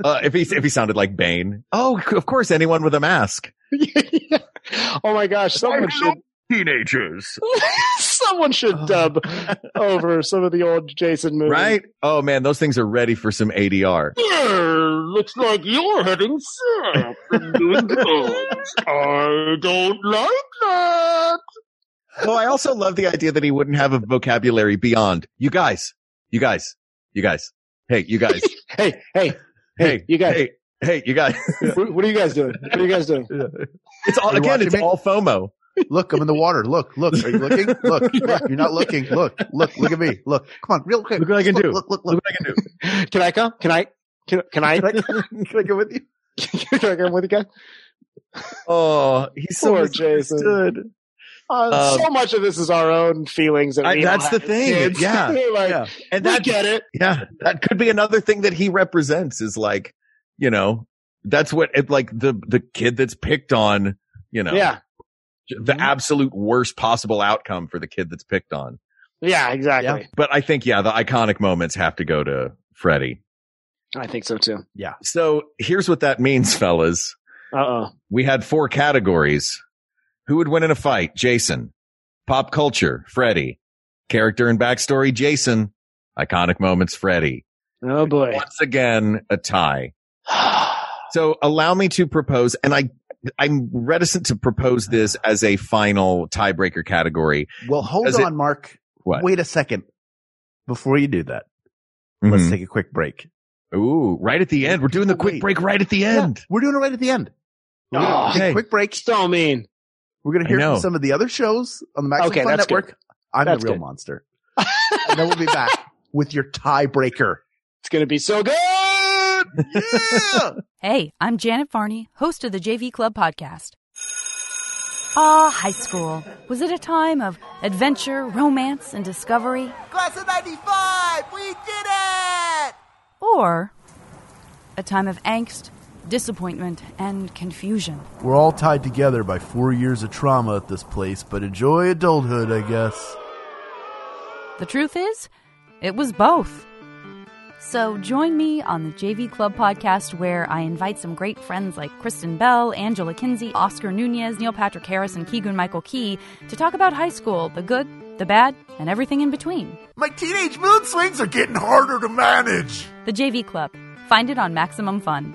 Uh, if he if he sounded like Bane. Oh, of course, anyone with a mask.
Oh my gosh, someone should
Teenagers,
someone should dub over some of the old Jason movies.
right? Oh man, those things are ready for some ADR.
looks like you're heading south and doing drugs. I don't like that.
Oh, I also love the idea that he wouldn't have a vocabulary beyond you guys, you guys, you guys. Hey, you guys.
Hey, hey,
hey,
you guys.
Hey, hey, you guys.
what what are you guys doing? What are you guys doing?
It's all
Are you
again.
watching
It's
me?
all FOMO.
Look, I'm in the water. Look, look. Are you looking? Look, look. You're not looking. Look, look. Look at me. Look. Come on, real quick.
Look what I can
look,
do.
Look, look,
Look
look.
what I can do.
Can I come? Can I? Can, can I?
Can I, can I go with you?
can I come with you guys?
Oh, he's so
Poor Jason.
misunderstood.
Uh,
Um,
so much of this is our own feelings. That
I-
we
that's
all
the
have as
thing.
kids.
Yeah.
We're like,
Yeah.
And
we
that
get it.
Yeah, that could be another thing that he represents is like, you know, that's what it like the the kid that's picked on, you know,
Yeah. Mm-hmm.
the absolute worst possible outcome for the kid that's picked on.
Yeah, exactly.
But I think yeah, the iconic moments have to go to Freddy.
I think so too.
So here's what that means, fellas.
Uh oh.
We had four categories. Who would win in a fight? Jason. Pop culture, Freddy. Character and backstory, Jason. Iconic moments, Freddy.
Oh boy.
Once again, a tie. So allow me to propose, and I, I'm reticent to propose this as a final tiebreaker category.
Well, hold
Does it-
on, Mark.
What?
Wait a second. Before you do that,
Mm-hmm.
let's take a quick break.
Mhm. Ooh, right at the end. We're doing the quick
Wait.
break right at the end.
We're doing it right at the end. We're gonna
Oh,
take a
hey.
Quick break.
So mean.
We're going to
I
hear
know.
from some of the other shows on the Maximum
Okay,
Fun
that's
Network. I'm
That's
the real
good.
monster. and then we'll be back with your tiebreaker.
It's gonna be so good.
Yeah!
Hey, I'm Janet Varney, host of the JV Club podcast. Ah, high school. Was it a time of adventure, romance, and discovery?
Class of 95! We did it!
Or a time of angst, disappointment, and confusion?
We're all tied together by four years of trauma at this place, but enjoy adulthood, I guess.
The truth is, it was both. So join me on the JV Club podcast, where I invite some great friends like Kristen Bell, Angela Kinsey, Oscar Nunez, Neil Patrick Harris, and Keegan Michael Key to talk about high school, the good, the bad, and everything in between.
My teenage mood swings are getting harder to manage.
The JV Club. Find it on Maximum Fun.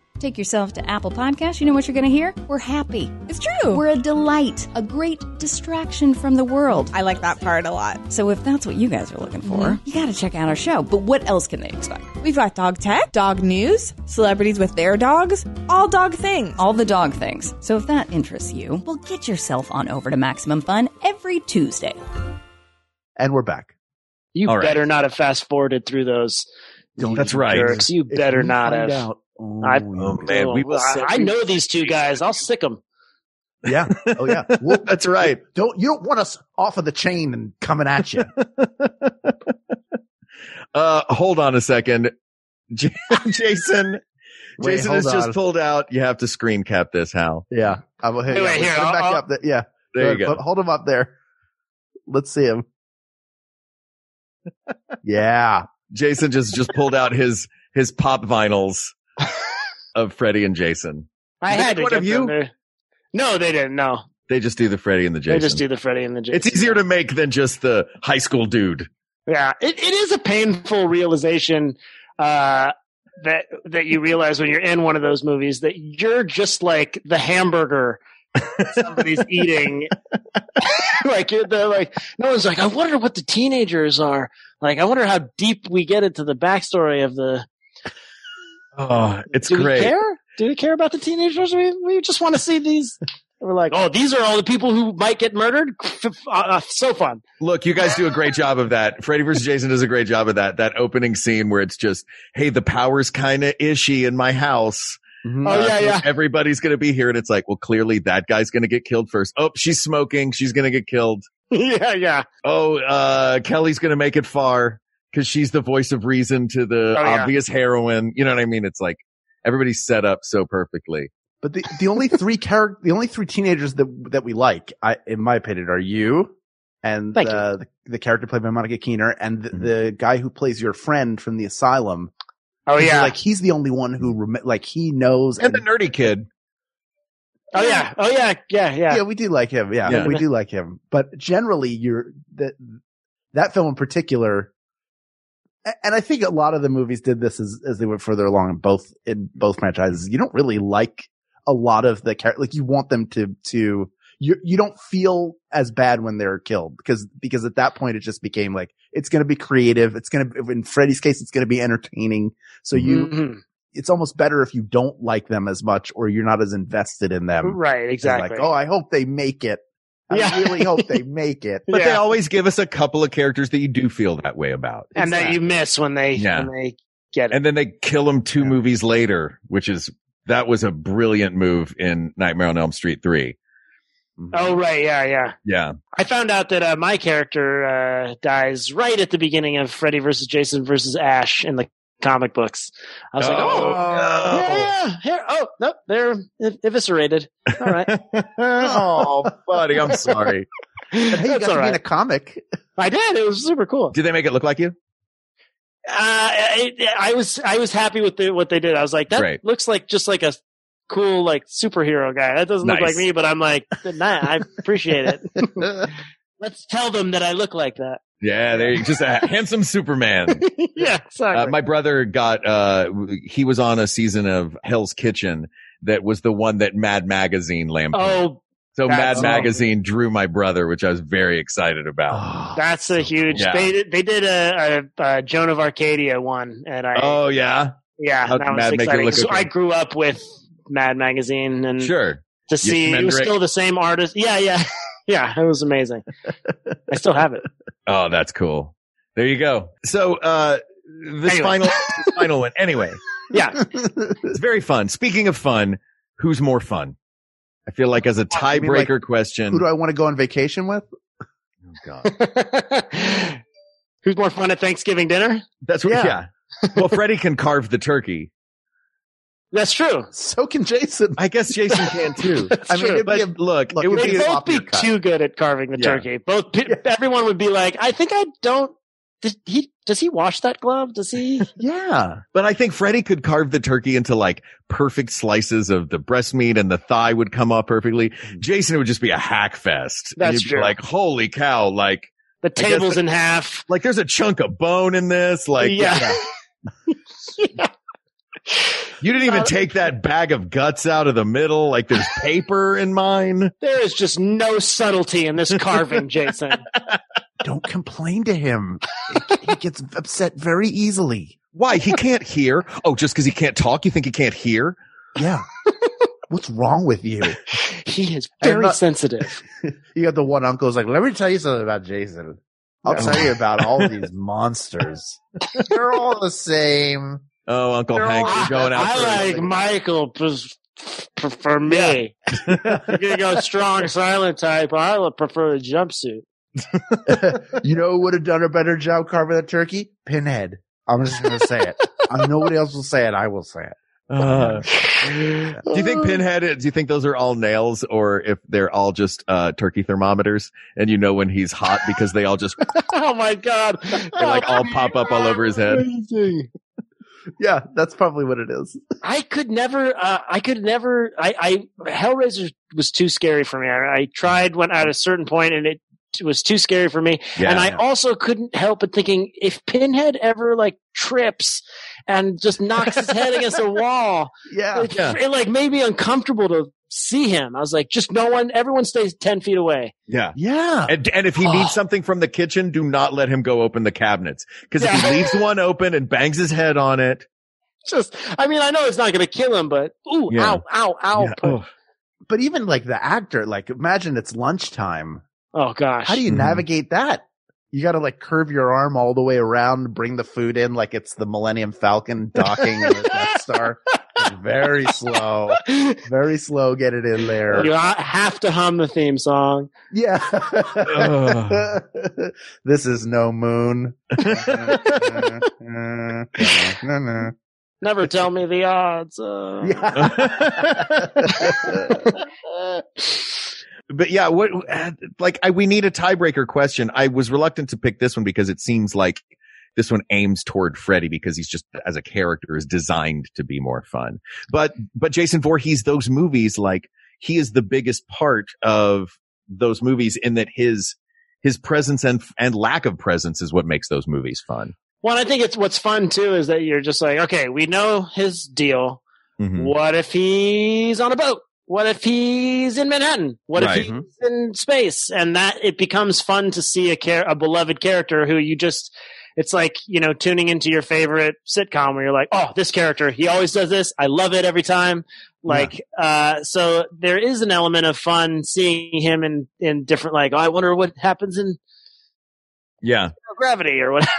Take yourself to Apple Podcasts. You know what you're going to hear? We're happy.
It's true.
We're a delight, a great distraction from the world.
I like that part a lot.
So if that's what you guys are looking for, mm-hmm. you got to check out our show. But what else can they expect?
We've got dog tech, dog news, celebrities with their dogs, all dog things.
All the dog things. So if that interests you, well, get yourself on over to Maximum Fun every Tuesday.
And we're back.
You all better right. not have fast forwarded through those.
Don't that's right.
Jerks. You if better not have. Out, Oh, I, oh man, we will I, I know these two guys. I'll sick them.
Yeah. Oh yeah.
Well, That's right.
Don't you don't want us off of the chain and coming at you.
uh, hold on a second, J- Jason. Wait, Jason has on. just pulled out. You have to screen cap this, Hal.
Yeah. I will. Hey, hey, yeah, wait, here, I'll, back I'll, up. There. Yeah.
There you uh, go.
Hold him up there. Let's see him. yeah.
Jason just just pulled out his his pop vinyls of Freddie and Jason.
I had one of you. Their... No, they didn't. No,
they just do the Freddie and the Jason.
They just do the Freddie and the Jason.
It's easier to make than just the high school dude.
Yeah, it, it is a painful realization uh, that that you realize when you're in one of those movies that you're just like the hamburger somebody's eating. like you're the like no one's like I wonder what the teenagers are like. I wonder how deep we get into the backstory of the
Oh, it's
do
great.
Do we care? Do we care about the teenagers? We, we just want to see these. We're like, oh, these are all the people who might get murdered. Uh, so fun.
Look, you guys do a great job of that. Freddy versus Jason does a great job of that. That opening scene where it's just, hey, the power's kind of ishy in my house.
Mm-hmm. Oh, yeah, yeah.
Everybody's going to be here. And it's like, well, clearly that guy's going to get killed first. Oh, she's smoking. She's going to get killed.
yeah, yeah.
Oh, uh, Kelly's going to make it far because she's the voice of reason to the oh, obvious yeah. heroine. You know what I mean? It's like everybody's set up so perfectly.
But the, the only three character, the only three teenagers that that we like, I, in my opinion, are you and uh, you. the, the character played by Monica Keener and the, mm-hmm. the, guy who plays your friend from the asylum.
Oh yeah,
like he's the only one who rem- like he knows
and, and, the nerdy kid.
Oh yeah, oh yeah, yeah, yeah.
Yeah, we do like him. Yeah, yeah. we do like him. But generally, you're that that film in particular and I think a lot of the movies did this as, as they went further along in both, in both franchises. You don't really like a lot of the character, like you want them to, to, you, you don't feel as bad when they're killed because, because at that point it just became like, it's going to be creative. It's going to, in Freddy's case, it's going to be entertaining. So you, mm-hmm. it's almost better if you don't like them as much or you're not as invested in them.
Right. Exactly.
Like, oh, I hope they make it. I yeah. really hope they make it.
But yeah. they always give us a couple of characters that you do feel that way about.
And exactly. that you miss when they, yeah. when they get it.
And then they kill them two yeah. movies later, which is, that was a brilliant move in Nightmare on Elm Street 3.
Oh, right. Yeah. Yeah.
Yeah.
I found out that uh, my character uh, dies right at the beginning of Freddy versus Jason versus Ash in the comic books. I was oh, like, oh, no. yeah, here, oh, no, they're ev- eviscerated. All right.
oh, buddy, I'm sorry.
But hey, you got to right. be in a comic.
I did. It was super cool.
Did they make it look like you?
Uh, I, I was I was happy with the, what they did. I was like, that Great. looks like just like a cool like superhero guy. That doesn't nice. look like me, but I'm like, nah, I appreciate it. Let's tell them that I look like that.
Yeah, there you just a handsome Superman.
yeah, um, exactly.
Uh, my brother got uh he was on a season of Hell's Kitchen that was the one that Mad Magazine lampooned.
Oh,
so Mad awesome. Magazine drew my brother, which I was very excited about.
Ah,
Oh, that's so a huge. Cool. Yeah. They they did a, a, a, Joan of Arcadia one, and I.
Oh yeah.
Yeah, How that was Mad exciting. So okay? I grew up with Mad Magazine, and
sure
to see it was still the same artist. Yeah, yeah. yeah, it was amazing. I still have it.
Oh, that's cool. There you go. So, uh, this anyway. final, this final one. Anyway.
Yeah.
It's very fun. Speaking of fun, who's more fun? I feel like as a tiebreaker like, question.
Who do I want to go on vacation with?
Oh God.
who's more fun at Thanksgiving dinner?
That's what, yeah. yeah. well, Freddie can carve the turkey.
That's true.
So can Jason.
I guess Jason can too. I mean,
true.
but a, look, look, it would
be both be too good at carving the yeah. turkey. Both yeah. everyone would be like, I think I don't. He Does he wash that glove? Does he?
yeah. But I think Freddy could carve the turkey into like perfect slices of the breast meat and the thigh would come off perfectly. Jason, it would just be a hack fest.
That's
You'd be
true.
Like, holy cow. Like
The
I guess
table's
the-
in half.
Like there's a chunk of bone in this. Like,
Yeah.
You didn't even take that bag of guts out of the middle. Like there's paper in mine.
There is just no subtlety in this carving, Jason.
Don't complain to him. He- he gets upset very easily.
Why? He can't hear. Oh, just because he can't talk, you think he can't hear?
Yeah. What's wrong with you?
He is
I'm
very
not-
sensitive.
You got the one uncle who's like, let me tell you something about Jason. I'll
No.
tell you about all these monsters. They're all the same.
Oh, Uncle Hank, you're going out. for a
I like
drink.
Michael pres- prefer me. You're gonna go strong silent type. I would prefer a jumpsuit.
You know who would have done a better job carving the turkey? Pinhead. I'm just going to say it. Uh, nobody else will say it. I will say it.
Uh, do you think Pinhead? uh, Do you think those are all nails, or if they're all just uh, turkey thermometers, and you know when he's hot because they all just
oh my god!
they like all pop up all over his head?
Amazing.
Yeah, that's probably what it is.
I could never. Uh, I could never. I, I Hellraiser was too scary for me. I, I tried when at a certain point, and it was too scary for me.
Yeah.
and I also couldn't help but thinking if Pinhead ever like trips and just knocks his head against a wall,
Yeah.
it, it like made me uncomfortable to see him. I was like, just no one. Everyone stays ten feet away.
Yeah.
Yeah.
And, and if he needs something from the kitchen, do not let him go open the cabinets. Because if he leaves one open and bangs his head on it,
Just. I mean, I know it's not going to kill him, but ooh,
Yeah.
ow, ow, ow.
Yeah.
Oh,
Oh.
But even like the actor, like imagine it's lunchtime.
Oh, gosh.
How do you
Mhm.
navigate that? You got to like curve your arm all the way around, bring the food in like it's the Millennium Falcon docking the Death Star. Very slow, very slow. Get it in there.
You ha- have to hum the theme song.
Yeah.
Ugh.
this is no moon.
Never tell me the odds. Uh.
yeah.
but yeah, what, uh, like, I, we need a tiebreaker question. I was reluctant to pick this one because it seems like this one aims toward Freddy because he's just, as a character, is designed to be more fun. But, but Jason Voorhees, those movies, like, he is the biggest part of those movies in that his, his presence and, and lack of presence is what makes those movies fun.
Well, I think it's what's fun too is that you're just like, okay, we know his deal.
Mhm.
What if he's on a boat? What if he's in Manhattan? What
Right.
if he's in space? And that it becomes fun to see a care a beloved character who you just it's like you know tuning into your favorite sitcom where you're like, oh, this character he always does this. I love it every time. Like uh, so, there is an element of fun seeing him in in different like. Oh, I wonder what happens in
Yeah.
gravity or whatever.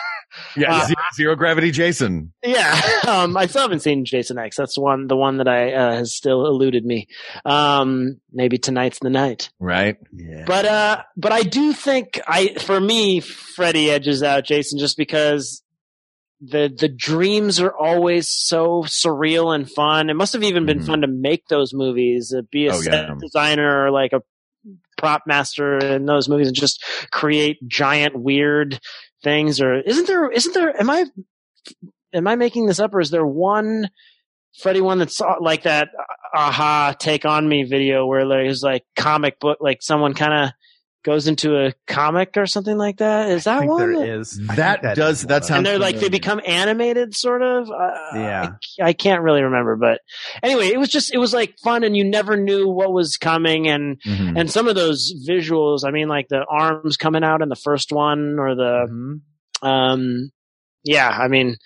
Yeah.
Uh,
zero, zero gravity Jason.
Yeah, um, I still haven't seen Jason X. That's one, the one that I uh, has still eluded me. Um, maybe tonight's the night.
Right.
But uh, but I do think I, for me, Freddy edges out Jason just because the the dreams are always so surreal and fun. It must have even been
Mhm.
fun to make those movies, uh, be a
Oh,
set
yeah.
designer or like a prop master in those movies, and just create giant weird things. Or isn't there? Isn't there? Am I? Am I making this up, or is there one? Freddy one that's uh, like that aha take on me video where there's like comic book like someone kind of goes into a comic or something like that is that
I think
one
there is. I think
That
is
does-
one.
that sounds-
and they're like they
familiar.
become animated sort of uh,
Yeah.
I, I can't really remember but anyway it was just it was like fun and you never knew what was coming and
Mhm.
and some of those visuals i mean like the arms coming out in the first one or the
Mhm.
Mm-hmm.
um yeah i mean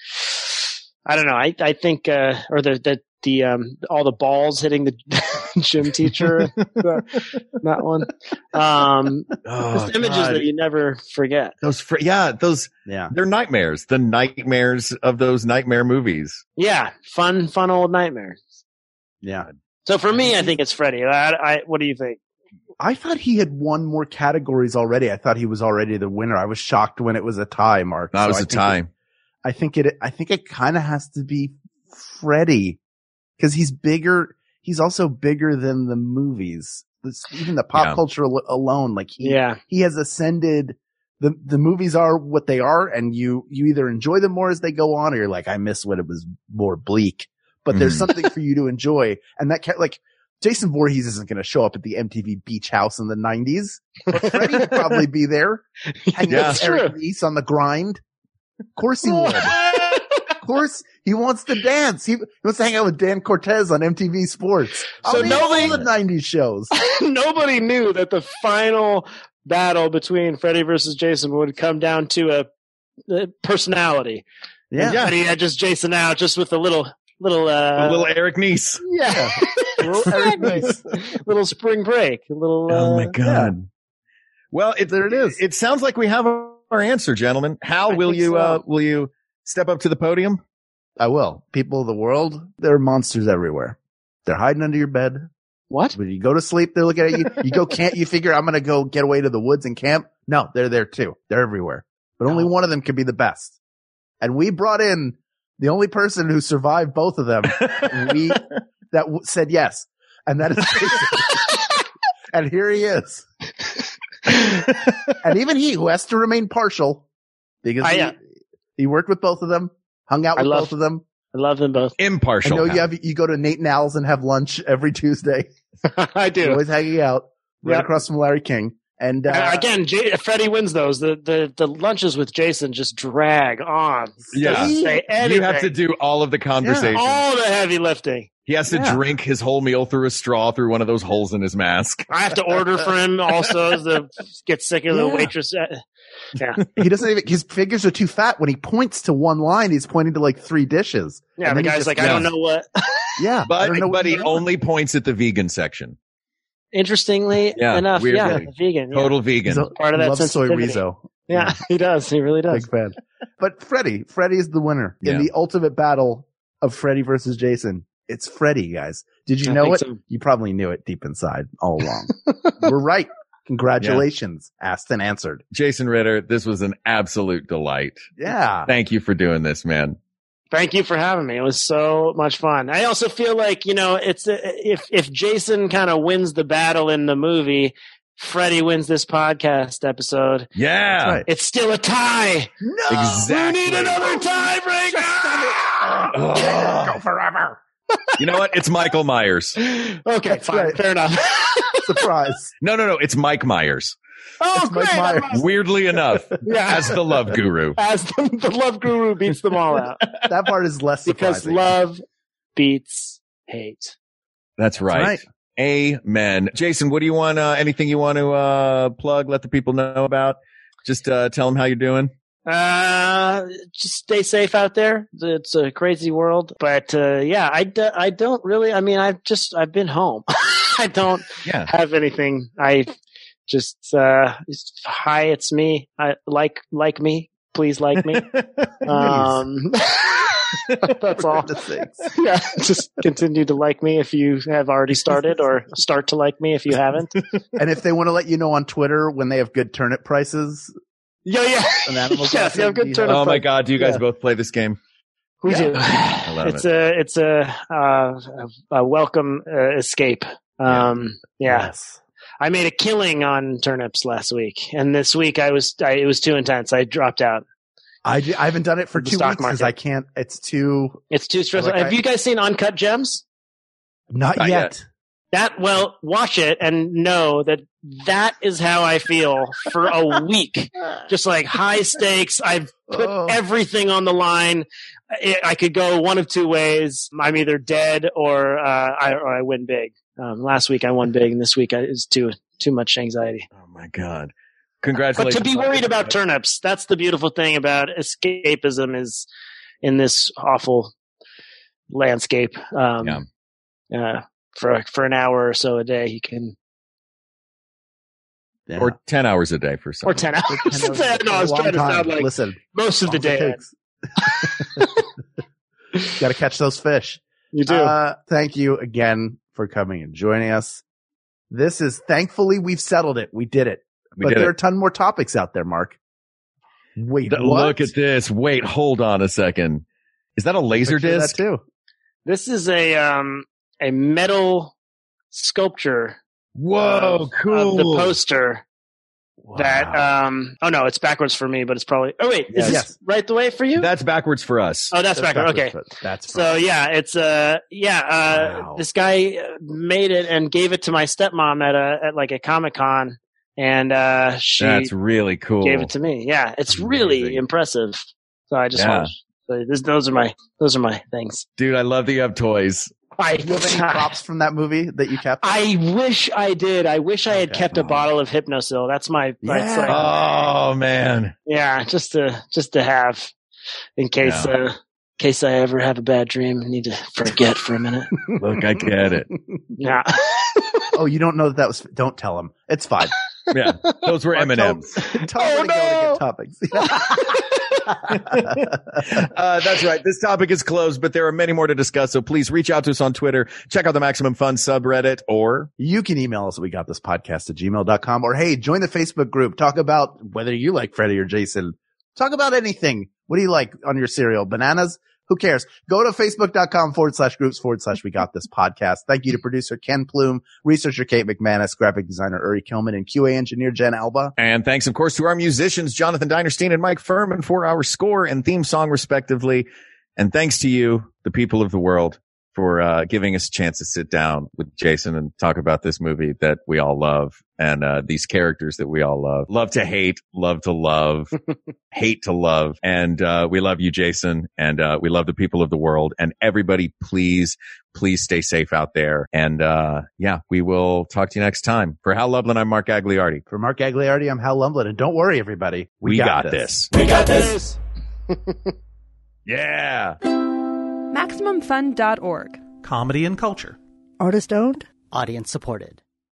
i don't know i i think uh or the the the um all the balls hitting the gym teacher that one um
Oh,
just images
God.
that you never forget
those, fr- yeah, those,
Yeah.
they're nightmares. The nightmares of those nightmare movies.
yeah fun fun old nightmare
Yeah.
so for me i
Mm-hmm.
think it's freddy i, I what do you think
I thought he had won more categories already. I thought he was already the winner. I was shocked when it was a tie, Mark.
That
So
was
I
a
think
tie.
it- I think it, I think it kind of has to be Freddy because he's bigger. He's also bigger than the movies. This, even the pop
Yeah.
culture al- alone, like he,
yeah
he has ascended the the movies are what they are, and you you either enjoy them more as they go on, or you're like, I miss when it was more bleak. But there's
Mm.
something for you to enjoy, and that ca- like Jason Voorhees isn't going to show up at the MTV Beach House in the '90s, but Freddy would probably be there. And
Yeah.
that's Eric Reese on the grind. Of course he would. of course he wants to dance. He, he wants to hang out with Dan Cortez on MTV Sports. So
So nobody-
all the '90s shows.
Nobody knew that the final battle between Freddy versus Jason would come down to a, a personality.
Yeah.
And Freddy had just Jason out, just with a little, little, uh,
A little Eric Nice.
yeah, little, Eric Nice. little spring break, a little. Uh,
Oh my god. Well, it, there it is. It sounds like we have our answer, gentlemen. How will you? Uh, will you step up to the podium?
I will. People of the world, there are monsters everywhere. They're hiding under your bed.
What?
When you go to sleep, they're looking at you. You go can't you figure I'm gonna go get away to the woods and camp? No, they're there too. They're everywhere. But only one of them can be the best. And we brought in the only person who survived both of them. and we that w- said yes, and that is Jason. and here he is. and even he who has to remain partial because
I,
he,
uh,
he worked with both of them, hung out
I
with
love-
both of them.
I love them both.
I
Impartial.
know you have you go to Nate and Al's and have lunch every Tuesday.
I do.
You're always hanging out right
Yeah.
across from Larry King. And uh,
Uh, Again, J- Freddie wins those. The, the the lunches with Jason just drag on.
Yeah.
Doesn't say
You have to
anything.
do all of the conversation.
all the heavy lifting.
He has to
Yeah.
drink his whole meal through a straw through one of those holes in his mask.
I have to order for him also to get sick of the
Yeah.
waitress. Uh, Yeah.
he doesn't even his fingers are too fat. When he points to one line, he's pointing to like three dishes.
Yeah,
And
the
then he
guy's
just-
like, I don't know what.
Yeah, I
But
don't know what
but
oh
he
you want.
only points at the vegan section.
Interestingly
Yeah,
enough, yeah,
weirdly.
the vegan. yeah.
Total vegan.
He's a-
Part of
he
that
loves soy
sensitivity.
rizo.
Yeah, he does. He really does.
Big fan. But Freddy, Freddy is the winner in
Yeah.
the ultimate battle of Freddy versus Jason. It's Freddy, guys. Did you
I
know
think
it?
so.
You probably knew it deep inside all along. We're right. Congratulations. Asked and answered.
Jason Ritter, this was an absolute delight.
Yeah.
Thank you for doing this, man.
Thank you for having me. It was so much fun. I also feel like you know, it's uh, if if Jason kind of wins the battle in the movie, Freddie wins this podcast episode.
Yeah.
That's right.
It's still a tie.
No.
Exactly.
We need another tiebreaker.
Ugh.
Go forever.
you know what? It's Michael Myers.
Okay,
That's
fine,
right.
fair enough.
Surprise.
No, no, no. It's Mike Myers.
oh,
Mike
great. I
Myers.
lost.
Weirdly enough,
Yeah.
as the love guru.
As the, the love guru beats them all out
that part is less
because
surprising.
love beats hate.
That's right.
right.
Amen. Jason, what do you want? Uh, anything you want to uh, plug? Let the people know about. Just uh, tell them how you're doing.
Uh, just stay safe out there. It's a crazy world, but uh, yeah, I, d- I don't really. I mean, I've just I've been home. I don't
Yeah.
have anything. I just uh, it's- hi, it's me. I like like me. Please like me. um, that's all.
For goodness sakes.
yeah, just continue to like me if you have already started, or start to like me if you haven't.
And if they want to let you know on Twitter when they have good turnip prices,
Yeah, yeah.
an animal
Yes, you have good turn
Oh
of
my
phrase.
God. Do you guys
Yeah.
both play this game?
We
Yeah.
do.
love
it's a it's a uh, a welcome uh, escape. Um, yeah.
Yes.
I made a killing on turnips last week, and this week I was I, it was too intense. I dropped out.
I, d- I haven't done it for
The
two
stock
weeks because
market.
I can't. It's too
It's too stressful.
Like I-
Have you guys seen Uncut Gems?
not,
Not
yet.
yet.
That well, watch it and know that that is how I feel for a week. Just like high stakes. I've put
Oh.
everything on the line. I, I could go one of two ways. I'm either dead or uh, I or I win big. Um, last week I won big, and this week I, it's too too much anxiety.
Oh my God.
But
Congratulations.
to be worried about turnips, that's the beautiful thing about escapism is in this awful landscape. Um, uh, for for an hour or so a day, you can
Yeah.
Or 10 hours a day for some.
or 10 hours. no, I was
Long
trying to
time.
sound like
listen
most of the day.
Got to catch those fish.
You do.
Uh, thank you again for coming and joining us. This is thankfully we've settled it. We did it.
We
but
did
there
it.
are a ton more topics out there, Mark. Wait,
Th-
what?
Look at this. Wait, hold on a second. Is that a laser
Picture that
disc?
too.
this is a um a metal sculpture
Whoa,
of-
cool.
of the poster that um oh no it's backwards for me but it's probably oh wait is
Yes.
this
Yes.
right the way for you
That's backwards for us.
Oh, that's
backwards.
backward. Okay.
That's
so yeah, it's uh yeah, uh this guy uh, made it and gave it to my stepmom at a at like a Comic-Con and uh she
That's really cool.
gave it to me. Yeah, it's really impressive. So I just
Yeah.
want to, so this, those are my those are my things.
Dude, I love that you have toys.
I
Do you have any props from that movie that you kept?
I wish I did. I wish I had kept a bottle of Hypnosil. That's my that's like,
Oh man.
yeah, just to just to have in case
Yeah.
uh in case I ever have a bad dream, I need to forget for a minute.
Look, I get it.
Yeah.
oh, you don't know that that was. Don't tell him. It's fine.
Yeah, those were M and M's.
oh, no! topics.
Uh, that's right. This topic is closed, but there are many more to discuss. So please reach out to us on Twitter. Check out the Maximum Fun subreddit or
You can email us. We got this podcast at gmail.com or hey, join the Facebook group. Talk about whether you like Freddy or Jason. Talk about anything. What do you like on your cereal? Bananas? Who cares? Go to facebook.com forward slash groups forward slash we got this podcast. Thank you to producer Ken Plume, researcher Kate McManus, graphic designer Uri Kilman, and QA engineer Jen Alba.
And thanks, of course, to our musicians, Jonathan Dinerstein and Mike Furman for our score and theme song, respectively. And thanks to you, the people of the world, for uh, giving us a chance to sit down with Jason and talk about this movie that we all love and uh, these characters that we all love. Love to hate, love to love, hate to love. And uh, we love you, Jason. And uh, we love the people of the world. And everybody, please, please stay safe out there. And uh, yeah, we will talk to you next time. For Hal Lublin, I'm Mark Agliardi.
For Mark Gagliardi, I'm Hal Lumblin. And don't worry, everybody. We,
We
got,
got
this.
this. We got
this.
Yeah.
MaximumFun.org.
Comedy and culture.
Artist owned.
Audience supported.